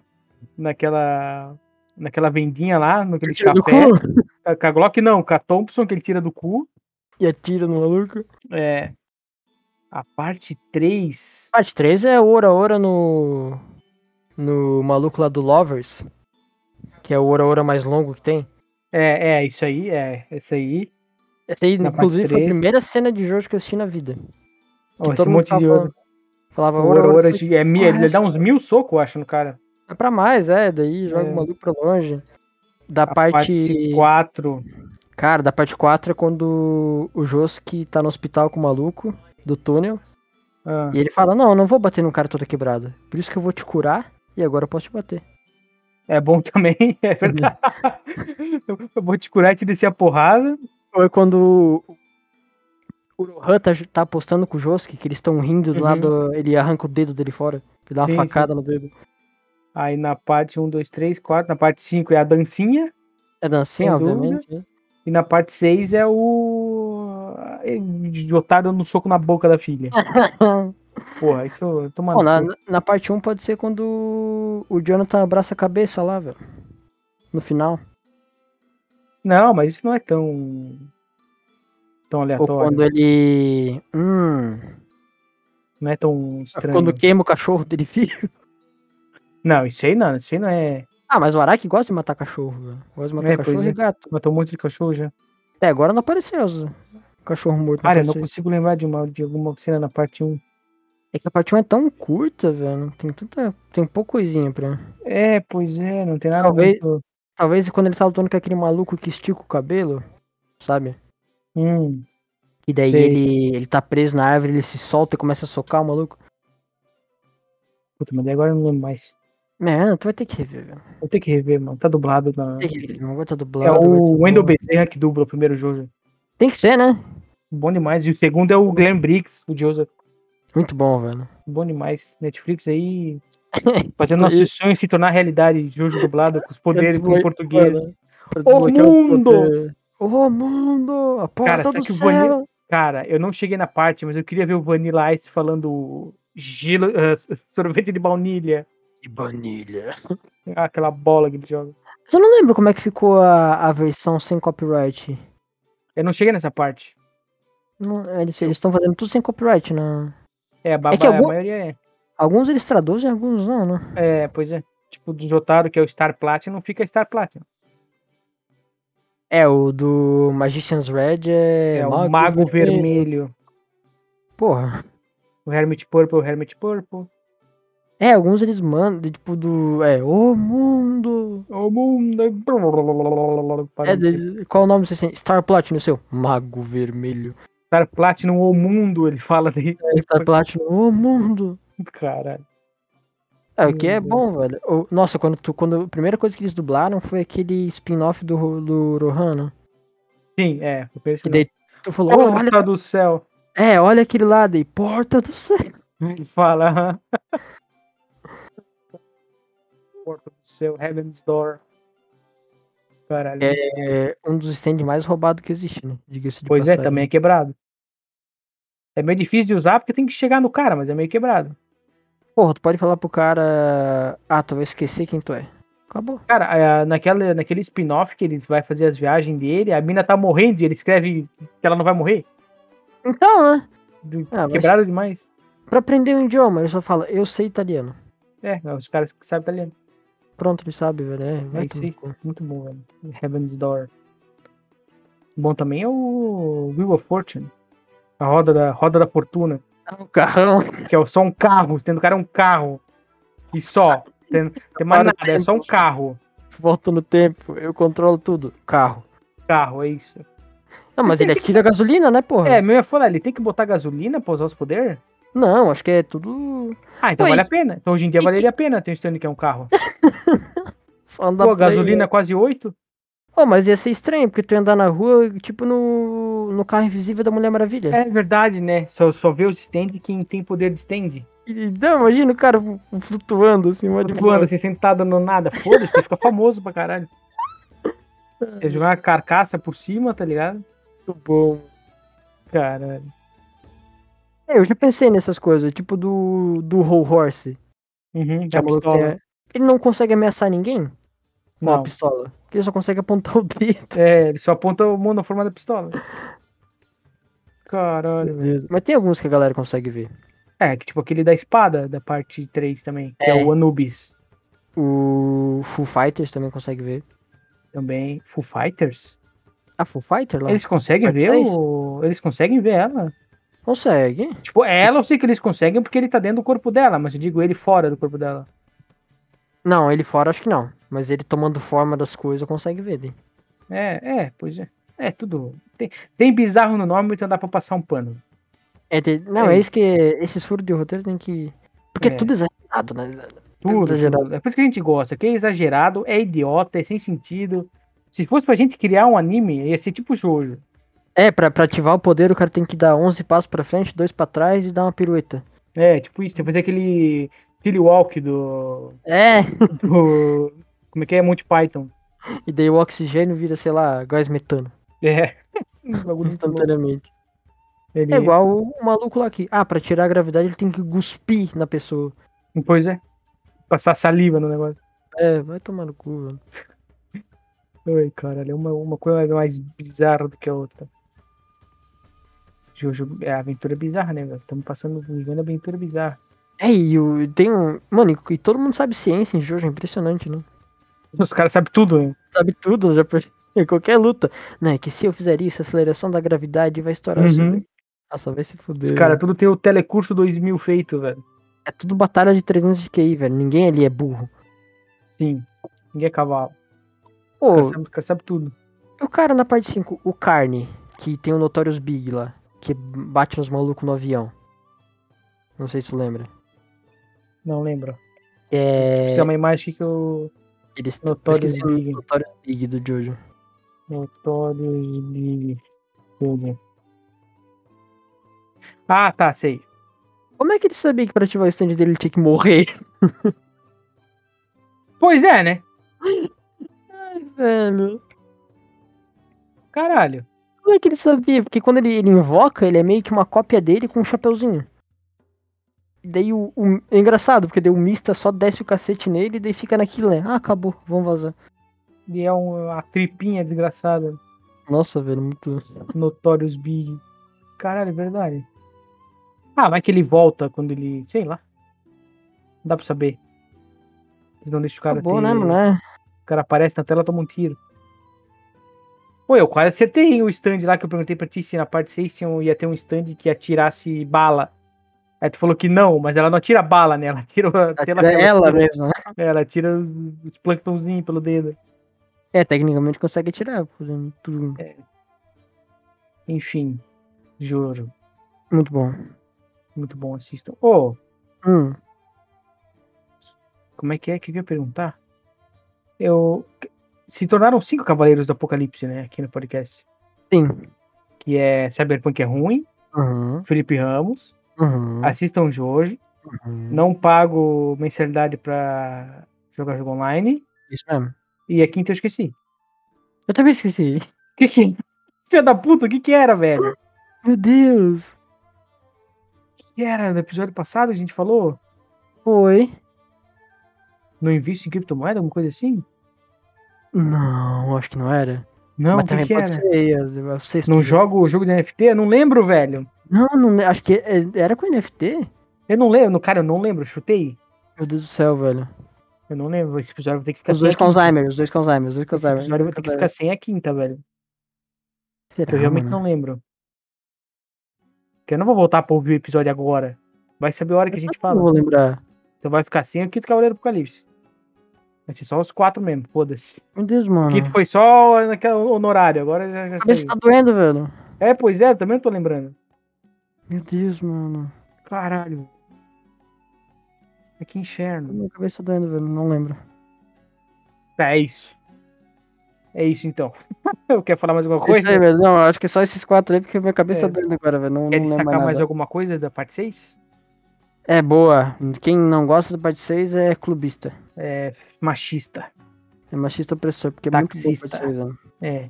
Speaker 1: naquela. Naquela vendinha lá, naquele
Speaker 2: Tira do
Speaker 1: café. Ah,
Speaker 2: cu
Speaker 1: Com a Glock não, com a Thompson que ele tira do cu.
Speaker 2: e atira no maluco.
Speaker 1: É. A parte 3.
Speaker 2: Parte 3 é Ora Ora no. No maluco lá do Lovers. Que é o Ora Ora mais longo que tem.
Speaker 1: É, é, isso aí, é. Isso aí.
Speaker 2: Essa aí,
Speaker 1: Na parte
Speaker 2: inclusive, foi a
Speaker 1: três.
Speaker 2: primeira cena de Jojo que eu assisti na vida. Que
Speaker 1: Ó, esse
Speaker 2: todo mundo
Speaker 1: monte
Speaker 2: ficava
Speaker 1: de
Speaker 2: falando, falava
Speaker 1: O
Speaker 2: Ora Ora.
Speaker 1: Aurora
Speaker 2: eu falei,
Speaker 1: é, mil- ele
Speaker 2: "Nossa,
Speaker 1: dá uns mil socos, eu acho, no cara.
Speaker 2: É pra mais, é. Daí joga
Speaker 1: É.
Speaker 2: o maluco pra longe. Da
Speaker 1: A
Speaker 2: parte.
Speaker 1: parte 4.
Speaker 2: Cara, da parte 4 é quando o Josuke tá no hospital com o maluco do túnel.
Speaker 1: Ah,
Speaker 2: E ele fala: Não, eu não vou bater num cara toda quebrada. Por isso que eu vou te curar e agora eu posso te bater.
Speaker 1: é bom também, é verdade. eu vou te curar e te descer a porrada.
Speaker 2: Foi É quando o Rohan tá, ju- tá apostando com o Josuke, que eles estão rindo do
Speaker 1: Uhum.
Speaker 2: lado, ele arranca o dedo dele fora, ele dá uma
Speaker 1: Sim,
Speaker 2: facada no dedo.
Speaker 1: Aí na parte 1, 2, 3, 4. Na parte 5 é a dancinha.
Speaker 2: É
Speaker 1: Sem
Speaker 2: dancinha, obviamente. né?
Speaker 1: E na parte 6 é o. é O otário dando um soco na boca da filha. né? Porra, isso. Toma
Speaker 2: Bom,
Speaker 1: no
Speaker 2: É. na,
Speaker 1: cu.
Speaker 2: na parte 1 pode ser quando o Jonathan abraça a cabeça lá, velho. No final.
Speaker 1: Não, mas isso não é tão. Tão
Speaker 2: Ou
Speaker 1: aleatório.
Speaker 2: quando ele. Hum.
Speaker 1: Não é tão estranho.
Speaker 2: Quando queima o cachorro dele fica.
Speaker 1: Não, isso aí não. Isso aí não é.
Speaker 2: Ah, mas o Araki gosta de matar cachorro, velho. Gosta de matar
Speaker 1: É, pois
Speaker 2: cachorro
Speaker 1: é.
Speaker 2: e gato.
Speaker 1: Matou um monte de cachorro já.
Speaker 2: Até agora não apareceu. os- o Cachorro morto.
Speaker 1: Cara, eu não
Speaker 2: apareceu.
Speaker 1: consigo lembrar de, uma, de alguma cena na parte 1.
Speaker 2: É que a parte 1 é tão curta, velho. Tem tanta. Tem pouca coisinha pra.
Speaker 1: É, pois é, não tem nada
Speaker 2: Talvez-
Speaker 1: muito-
Speaker 2: Talvez quando ele tá lutando com aquele maluco que estica o cabelo, sabe?
Speaker 1: Hum,
Speaker 2: E daí
Speaker 1: Sei.
Speaker 2: ele, ele tá preso na árvore, ele se solta e começa a socar o maluco.
Speaker 1: puta, mas daí agora eu não lembro mais.
Speaker 2: Mano, tu vai ter que rever, velho.
Speaker 1: Vou ter que rever, mano. Tá dublado na.
Speaker 2: Tem que rever, Não vai estar dublado.
Speaker 1: É
Speaker 2: vai tá
Speaker 1: o Wendel
Speaker 2: dublado.
Speaker 1: Bezerra que dubla o primeiro Jojo.
Speaker 2: Tem que ser, né?
Speaker 1: Bom demais. E o segundo é o Glenn Briggs, o Joseph.
Speaker 2: Muito bom, velho.
Speaker 1: Bom demais. Netflix aí. Fazendo nossos sonhos se tornar realidade. Jojo dublado
Speaker 2: Tá
Speaker 1: com os poderes
Speaker 2: desbloquear-
Speaker 1: em português.
Speaker 2: Mano, pra desbloquear
Speaker 1: mundo!
Speaker 2: poder. O mundo! A porta
Speaker 1: será
Speaker 2: do
Speaker 1: que o
Speaker 2: céu!
Speaker 1: Vanilla- Cara, eu não cheguei na parte, mas eu queria ver o Vanilla Ice falando gelo, ah, sorvete de baunilha.
Speaker 2: De baunilha.
Speaker 1: Ah, Aquela bola que ele joga.
Speaker 2: Mas eu não lembro como é que ficou a, a versão sem copyright.
Speaker 1: Eu não cheguei nessa parte.
Speaker 2: Não- eles estão fazendo tudo sem copyright, né?
Speaker 1: É, a, ba-
Speaker 2: É que
Speaker 1: a
Speaker 2: algum-
Speaker 1: maioria é.
Speaker 2: Alguns eles traduzem, alguns não, né?
Speaker 1: É, pois é. Tipo, do Jotaro, que é o Star Platinum, não fica Star Platinum.
Speaker 2: É, o do Magician's Red é.
Speaker 1: É, o Mago Vermelho.
Speaker 2: Porra.
Speaker 1: O Hermit Purple, o Hermit Purple.
Speaker 2: É, alguns eles mandam, de, tipo, do. É, O Mundo!
Speaker 1: O mundo.
Speaker 2: É, de- qual o nome você tem? Star Platinum, seu? Mago Vermelho.
Speaker 1: Star Platinum, o mundo, ele fala daí.
Speaker 2: É, Star Platinum, O Mundo!
Speaker 1: Caralho.
Speaker 2: É, o que é
Speaker 1: Meu
Speaker 2: bom, velho. O- nossa, quando tu. Quando, a primeira coisa que eles dublaram foi aquele spin-off do, Ro- do Rohan, né?
Speaker 1: Sim, é. Eu penso
Speaker 2: Que
Speaker 1: que
Speaker 2: daí tu falou, "Oh,
Speaker 1: não.
Speaker 2: olha,
Speaker 1: Porta do céu.
Speaker 2: é, olha aquele lado aí, porta do céu.
Speaker 1: Ele fala. aham. Porta do céu, Heaven's Door. Caralho.
Speaker 2: É um dos stands mais roubados que existe, né? Diga-se de
Speaker 1: pois é,
Speaker 2: passagem.
Speaker 1: também é quebrado. É meio difícil de usar porque tem que chegar no cara, mas é meio quebrado.
Speaker 2: Porra, tu pode falar pro cara. Ah, tu vai esquecer quem tu é. Acabou.
Speaker 1: Cara, a- naquela, naquele spin-off que eles vai fazer as viagens dele, a mina tá morrendo e ele escreve que ela não vai morrer.
Speaker 2: Então, né?
Speaker 1: Do-
Speaker 2: Ah, mas
Speaker 1: Quebrado demais.
Speaker 2: pra aprender um idioma, ele só fala, eu sei italiano.
Speaker 1: É, os caras que sabem italiano.
Speaker 2: Pronto, ele sabe, velho. É, vai
Speaker 1: É isso
Speaker 2: tomar
Speaker 1: aí.
Speaker 2: no cu.
Speaker 1: Muito bom, velho. Heaven's Door. Bom também é o Wheel of Fortune. A roda da, roda da fortuna.
Speaker 2: Ah, o carrão.
Speaker 1: Que é só um carro. Sendo o cara é um carro. E só. Tem, tem mais
Speaker 2: Para o
Speaker 1: nada, é só um
Speaker 2: tempo.
Speaker 1: carro.
Speaker 2: Volta no tempo, eu controlo tudo. Carro.
Speaker 1: Carro, é isso.
Speaker 2: Não, mas ele atira a gasolina, né, porra?
Speaker 1: É, meu ia falar, ele tem que botar gasolina pra usar os poderes?
Speaker 2: Não, acho que é tudo.
Speaker 1: Ah, então
Speaker 2: Ué,
Speaker 1: vale a
Speaker 2: e-
Speaker 1: pena. Então hoje em dia
Speaker 2: e
Speaker 1: valeria a pena ter um stand que é um carro.
Speaker 2: Só andar
Speaker 1: Pô, a
Speaker 2: por aí,
Speaker 1: gasolina é quase 8?
Speaker 2: Ô, mas ia ser estranho, porque tu ia andar na rua, tipo no, no carro invisível da Mulher Maravilha.
Speaker 1: É verdade, né? Só, só vê os stand quem tem poder de stand.
Speaker 2: E- Não, imagina o cara flutuando assim, mó de
Speaker 1: Flutuando
Speaker 2: boa.
Speaker 1: assim, sentado no nada. Foda-se, você fica famoso pra caralho. Você jogar uma carcaça por cima, tá ligado?
Speaker 2: Muito bom.
Speaker 1: Caralho.
Speaker 2: É, eu já pensei nessas coisas, tipo do, do Whole Horse.
Speaker 1: Uhum,
Speaker 2: que a
Speaker 1: da
Speaker 2: maluca
Speaker 1: pistola.
Speaker 2: tem a- é. Ele não consegue ameaçar ninguém com a
Speaker 1: Não.
Speaker 2: pistola. Porque ele só consegue apontar o dedo.
Speaker 1: É, ele só aponta o mundo na forma da pistola. Caralho, velho.
Speaker 2: Mas tem alguns que a galera consegue ver.
Speaker 1: É, que tipo aquele da espada, da parte 3 também, que é,
Speaker 2: É.
Speaker 1: o Anubis
Speaker 2: O Full Fighters também consegue ver.
Speaker 1: também. Full Fighters?
Speaker 2: Ah, Full Fighter lá?
Speaker 1: Eles conseguem
Speaker 2: Parte
Speaker 1: ver
Speaker 2: seis?
Speaker 1: o... Eles conseguem ver ela?
Speaker 2: Consegue.
Speaker 1: Tipo, ela eu sei que eles conseguem porque ele tá dentro do corpo dela, mas eu digo ele fora do corpo dela.
Speaker 2: Não, ele fora acho que não. Mas ele tomando forma das coisas consegue ver. né?
Speaker 1: É, é, pois é. É, tudo. Tem, tem bizarro no nome, então dá pra passar um pano.
Speaker 2: É, tem- Não,
Speaker 1: É.
Speaker 2: é isso que. Esses furos de roteiro tem que. Porque
Speaker 1: É.
Speaker 2: tudo é exagerado, né?
Speaker 1: Tudo.
Speaker 2: Exagerado.
Speaker 1: tudo. É por isso que a gente gosta. Que é exagerado, é idiota, é sem sentido. Se fosse pra gente criar um anime, ia ser tipo Jojo.
Speaker 2: É, pra, pra ativar o poder, o cara tem que dar 11 passos pra frente, 2 pra trás e dar uma pirueta.
Speaker 1: É, tipo isso, tem que fazer aquele Tilly Walk do,
Speaker 2: É!
Speaker 1: do. Como é que é? Monty Python.
Speaker 2: E daí o oxigênio vira, sei lá, gás metano.
Speaker 1: É. Um bagulho muito louco.
Speaker 2: Instantaneamente.
Speaker 1: Ele-
Speaker 2: É igual o maluco lá aqui. Ah, pra tirar a gravidade ele tem que cuspir na pessoa.
Speaker 1: Pois é. Passar saliva no negócio.
Speaker 2: É, vai tomar no cu, velho.
Speaker 1: Ai, caralho, é uma, uma coisa mais bizarra do que a outra. Jojo é aventura bizarra, né, velho? Estamos passando, vivendo aventura bizarra.
Speaker 2: É, e o- tem um. Mano, e, e todo mundo sabe ciência em Jojo, é impressionante, né?
Speaker 1: Os caras sabem tudo, né?
Speaker 2: Sabe tudo, já percebi. Em qualquer luta. Né, que se eu fizer isso, a aceleração da gravidade vai estourar isso.
Speaker 1: Uhum.
Speaker 2: daí. Nossa, vai se fuder.
Speaker 1: Os caras
Speaker 2: velho.
Speaker 1: tudo tem o telecurso 2000 feito, velho.
Speaker 2: É tudo batalha de 300 de QI, velho. Ninguém ali é burro.
Speaker 1: Sim. Ninguém é cavalo. Os
Speaker 2: Pô,
Speaker 1: caras sabem cara sabe tudo.
Speaker 2: O cara na parte 5, o Carne, que tem o Notorious Big lá, que bate nos malucos no avião. Não sei se tu lembra.
Speaker 1: Não lembro.
Speaker 2: É.
Speaker 1: Isso é uma imagem que eu.
Speaker 2: Eles
Speaker 1: Notorious
Speaker 2: Notorious Big.
Speaker 1: Big.
Speaker 2: Notorious Big do Jojo.
Speaker 1: Notorious Big Fogo. Ah, tá, sei.
Speaker 2: Como é que ele sabia que pra ativar o stand dele ele tinha que morrer?
Speaker 1: Pois é, né?
Speaker 2: Ai, velho.
Speaker 1: Caralho.
Speaker 2: Como é que ele sabia? Porque quando ele, ele invoca, ele é meio que uma cópia dele com um chapeuzinho. E daí o, o- É engraçado, porque daí o Mista só desce o cacete nele e daí fica naquilo, né? Ah, acabou, vamos vazar.
Speaker 1: E é um- uma tripinha desgraçada.
Speaker 2: Nossa, velho, muito.
Speaker 1: Notorious Big. Caralho, é verdade. Ah, mas que ele volta quando ele. Sei lá. Não dá pra saber. Eles não deixam o cara
Speaker 2: Acabou,
Speaker 1: ter-
Speaker 2: né, mano? É.
Speaker 1: O cara aparece na tela e toma um tiro. Pô, eu quase acertei o stand lá que eu perguntei pra ti se na parte 6 tinha um- ia ter um stand que atirasse bala. Aí tu falou que não, mas ela não atira bala, né? Ela atira a tela
Speaker 2: Era
Speaker 1: pelo-
Speaker 2: é ela né? mesmo,
Speaker 1: É, Ela atira os, os planktonzinhos pelo dedo.
Speaker 2: É, tecnicamente consegue atirar. fazendo tudo.
Speaker 1: Enfim, juro.
Speaker 2: Muito bom.
Speaker 1: Muito bom, assistam. Ô,
Speaker 2: Hum,
Speaker 1: como é que é? O que que eu ia perguntar? Eu... Se tornaram cinco Cavaleiros do Apocalipse, né? Aqui no podcast.
Speaker 2: sim.
Speaker 1: Que é Cyberpunk é ruim,
Speaker 2: Uhum,
Speaker 1: Felipe Ramos,
Speaker 2: uhum,
Speaker 1: assistam Jojo,
Speaker 2: uhum.
Speaker 1: não pago mensalidade pra jogar jogo online.
Speaker 2: Isso mesmo.
Speaker 1: E a quinta eu esqueci.
Speaker 2: Eu também esqueci.
Speaker 1: O que que... Filha da puta, o que que era, velho?
Speaker 2: Meu Deus.
Speaker 1: O que era? No episódio passado a gente falou?
Speaker 2: Foi.
Speaker 1: Não invisto em criptomoeda, alguma coisa assim?
Speaker 2: Não, acho que não era.
Speaker 1: Não, o
Speaker 2: Mas
Speaker 1: que
Speaker 2: também
Speaker 1: que
Speaker 2: pode
Speaker 1: era?
Speaker 2: ser. as- as- vocês-
Speaker 1: Não jogo o jogo de NFT? Eu não lembro, velho.
Speaker 2: Não, não, le- acho que é- era com NFT?
Speaker 1: Eu não lembro. Cara, eu não lembro. Chutei.
Speaker 2: Meu Deus do céu, velho.
Speaker 1: Eu não lembro. Esse episódio vai ter que ficar
Speaker 2: Os dois
Speaker 1: a
Speaker 2: com
Speaker 1: quinta.
Speaker 2: Alzheimer, os dois com Alzheimer, os dois com
Speaker 1: Esse
Speaker 2: Alzheimer.
Speaker 1: episódio vai ter que ficar sem a quinta, velho.
Speaker 2: Será,
Speaker 1: Eu realmente
Speaker 2: mano?
Speaker 1: não lembro. Porque eu não vou voltar pra ouvir o episódio agora. Vai saber a hora que a gente
Speaker 2: Eu não
Speaker 1: fala.
Speaker 2: vou lembrar.
Speaker 1: Então vai ficar sem o quinto Cavaleiro do Apocalipse. Vai ser só os quatro mesmo, foda-se.
Speaker 2: Meu Deus,
Speaker 1: O
Speaker 2: mano.
Speaker 1: quinto foi só naquela honorário, agora já, já
Speaker 2: A cabeça
Speaker 1: saiu.
Speaker 2: tá doendo, velho.
Speaker 1: É, pois é, também não tô lembrando.
Speaker 2: Meu Deus, mano.
Speaker 1: Caralho. É que inferno.
Speaker 2: Minha cabeça doendo, velho, não lembro.
Speaker 1: Tá, é isso. É isso então. Eu quero falar mais alguma
Speaker 2: É
Speaker 1: coisa?
Speaker 2: Isso aí, velho. Não, eu acho que só esses quatro aí, porque minha cabeça
Speaker 1: É.
Speaker 2: tá doendo agora, velho. Não, não
Speaker 1: Quer
Speaker 2: lembro mais
Speaker 1: destacar mais
Speaker 2: nada.
Speaker 1: alguma coisa da parte 6?
Speaker 2: É boa. Quem não gosta do parte 6 é clubista.
Speaker 1: É machista.
Speaker 2: É machista opressor, porque
Speaker 1: Taxista.
Speaker 2: é muito boa a parte 6,
Speaker 1: É.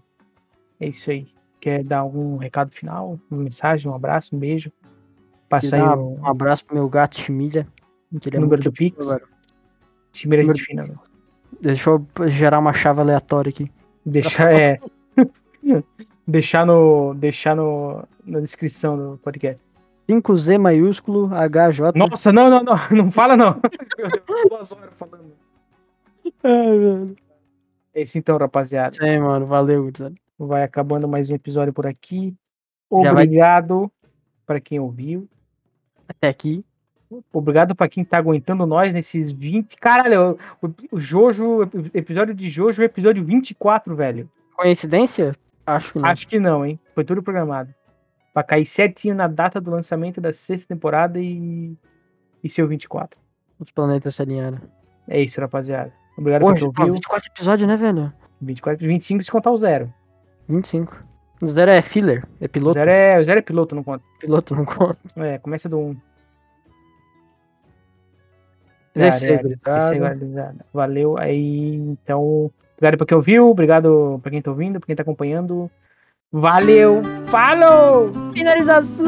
Speaker 1: É isso aí. Quer dar algum recado final? Uma mensagem, um abraço, um beijo? Passar aí
Speaker 2: Dá
Speaker 1: o
Speaker 2: Um abraço pro meu gato Chimilha. que ele é
Speaker 1: número
Speaker 2: muito
Speaker 1: do
Speaker 2: gente
Speaker 1: Pix.
Speaker 2: boa, velho.
Speaker 1: Timeira
Speaker 2: Número
Speaker 1: gente fina, né? velho.
Speaker 2: Deixa eu gerar uma chave aleatória aqui.
Speaker 1: Deixar é. deixar no. Deixar no. Na descrição do podcast.
Speaker 2: 5Z maiúsculo HJ.
Speaker 1: Nossa, não, não, não. Não fala não. Meu Deus, duas horas falando.
Speaker 2: Ai, velho.
Speaker 1: É isso então, rapaziada.
Speaker 2: Isso aí, mano. Valeu, gurizada.
Speaker 1: Vai acabando mais um episódio por aqui.
Speaker 2: Já vai-
Speaker 1: Obrigado para quem ouviu.
Speaker 2: Até aqui.
Speaker 1: Obrigado para quem tá aguentando nós nesses 20. Caralho, o, o Jojo, o episódio de Jojo, é episódio 24, velho.
Speaker 2: Coincidência? Acho que não.
Speaker 1: Acho que não, hein? Foi tudo programado. Pra cair certinho na data do lançamento da sexta temporada e. E seu 24.
Speaker 2: Os planetas se alinharam.
Speaker 1: É isso, rapaziada. Obrigado por
Speaker 2: Hoje,
Speaker 1: quem
Speaker 2: pô,
Speaker 1: ouviu.
Speaker 2: 24 episódios, né, velho?
Speaker 1: 24, 25 se contar o zero.
Speaker 2: 25. O zero é filler. É
Speaker 1: O
Speaker 2: piloto.
Speaker 1: zero é, o zero é piloto, não conta.
Speaker 2: Piloto não conta.
Speaker 1: É, começa do 1.
Speaker 2: É isso aí,
Speaker 1: Caralho, Isso aí,
Speaker 2: gurizada.
Speaker 1: guardada. Valeu aí, então. Obrigado pra quem ouviu, obrigado pra quem tá ouvindo, pra quem tá acompanhando. Valeu, falou!
Speaker 2: Finalização!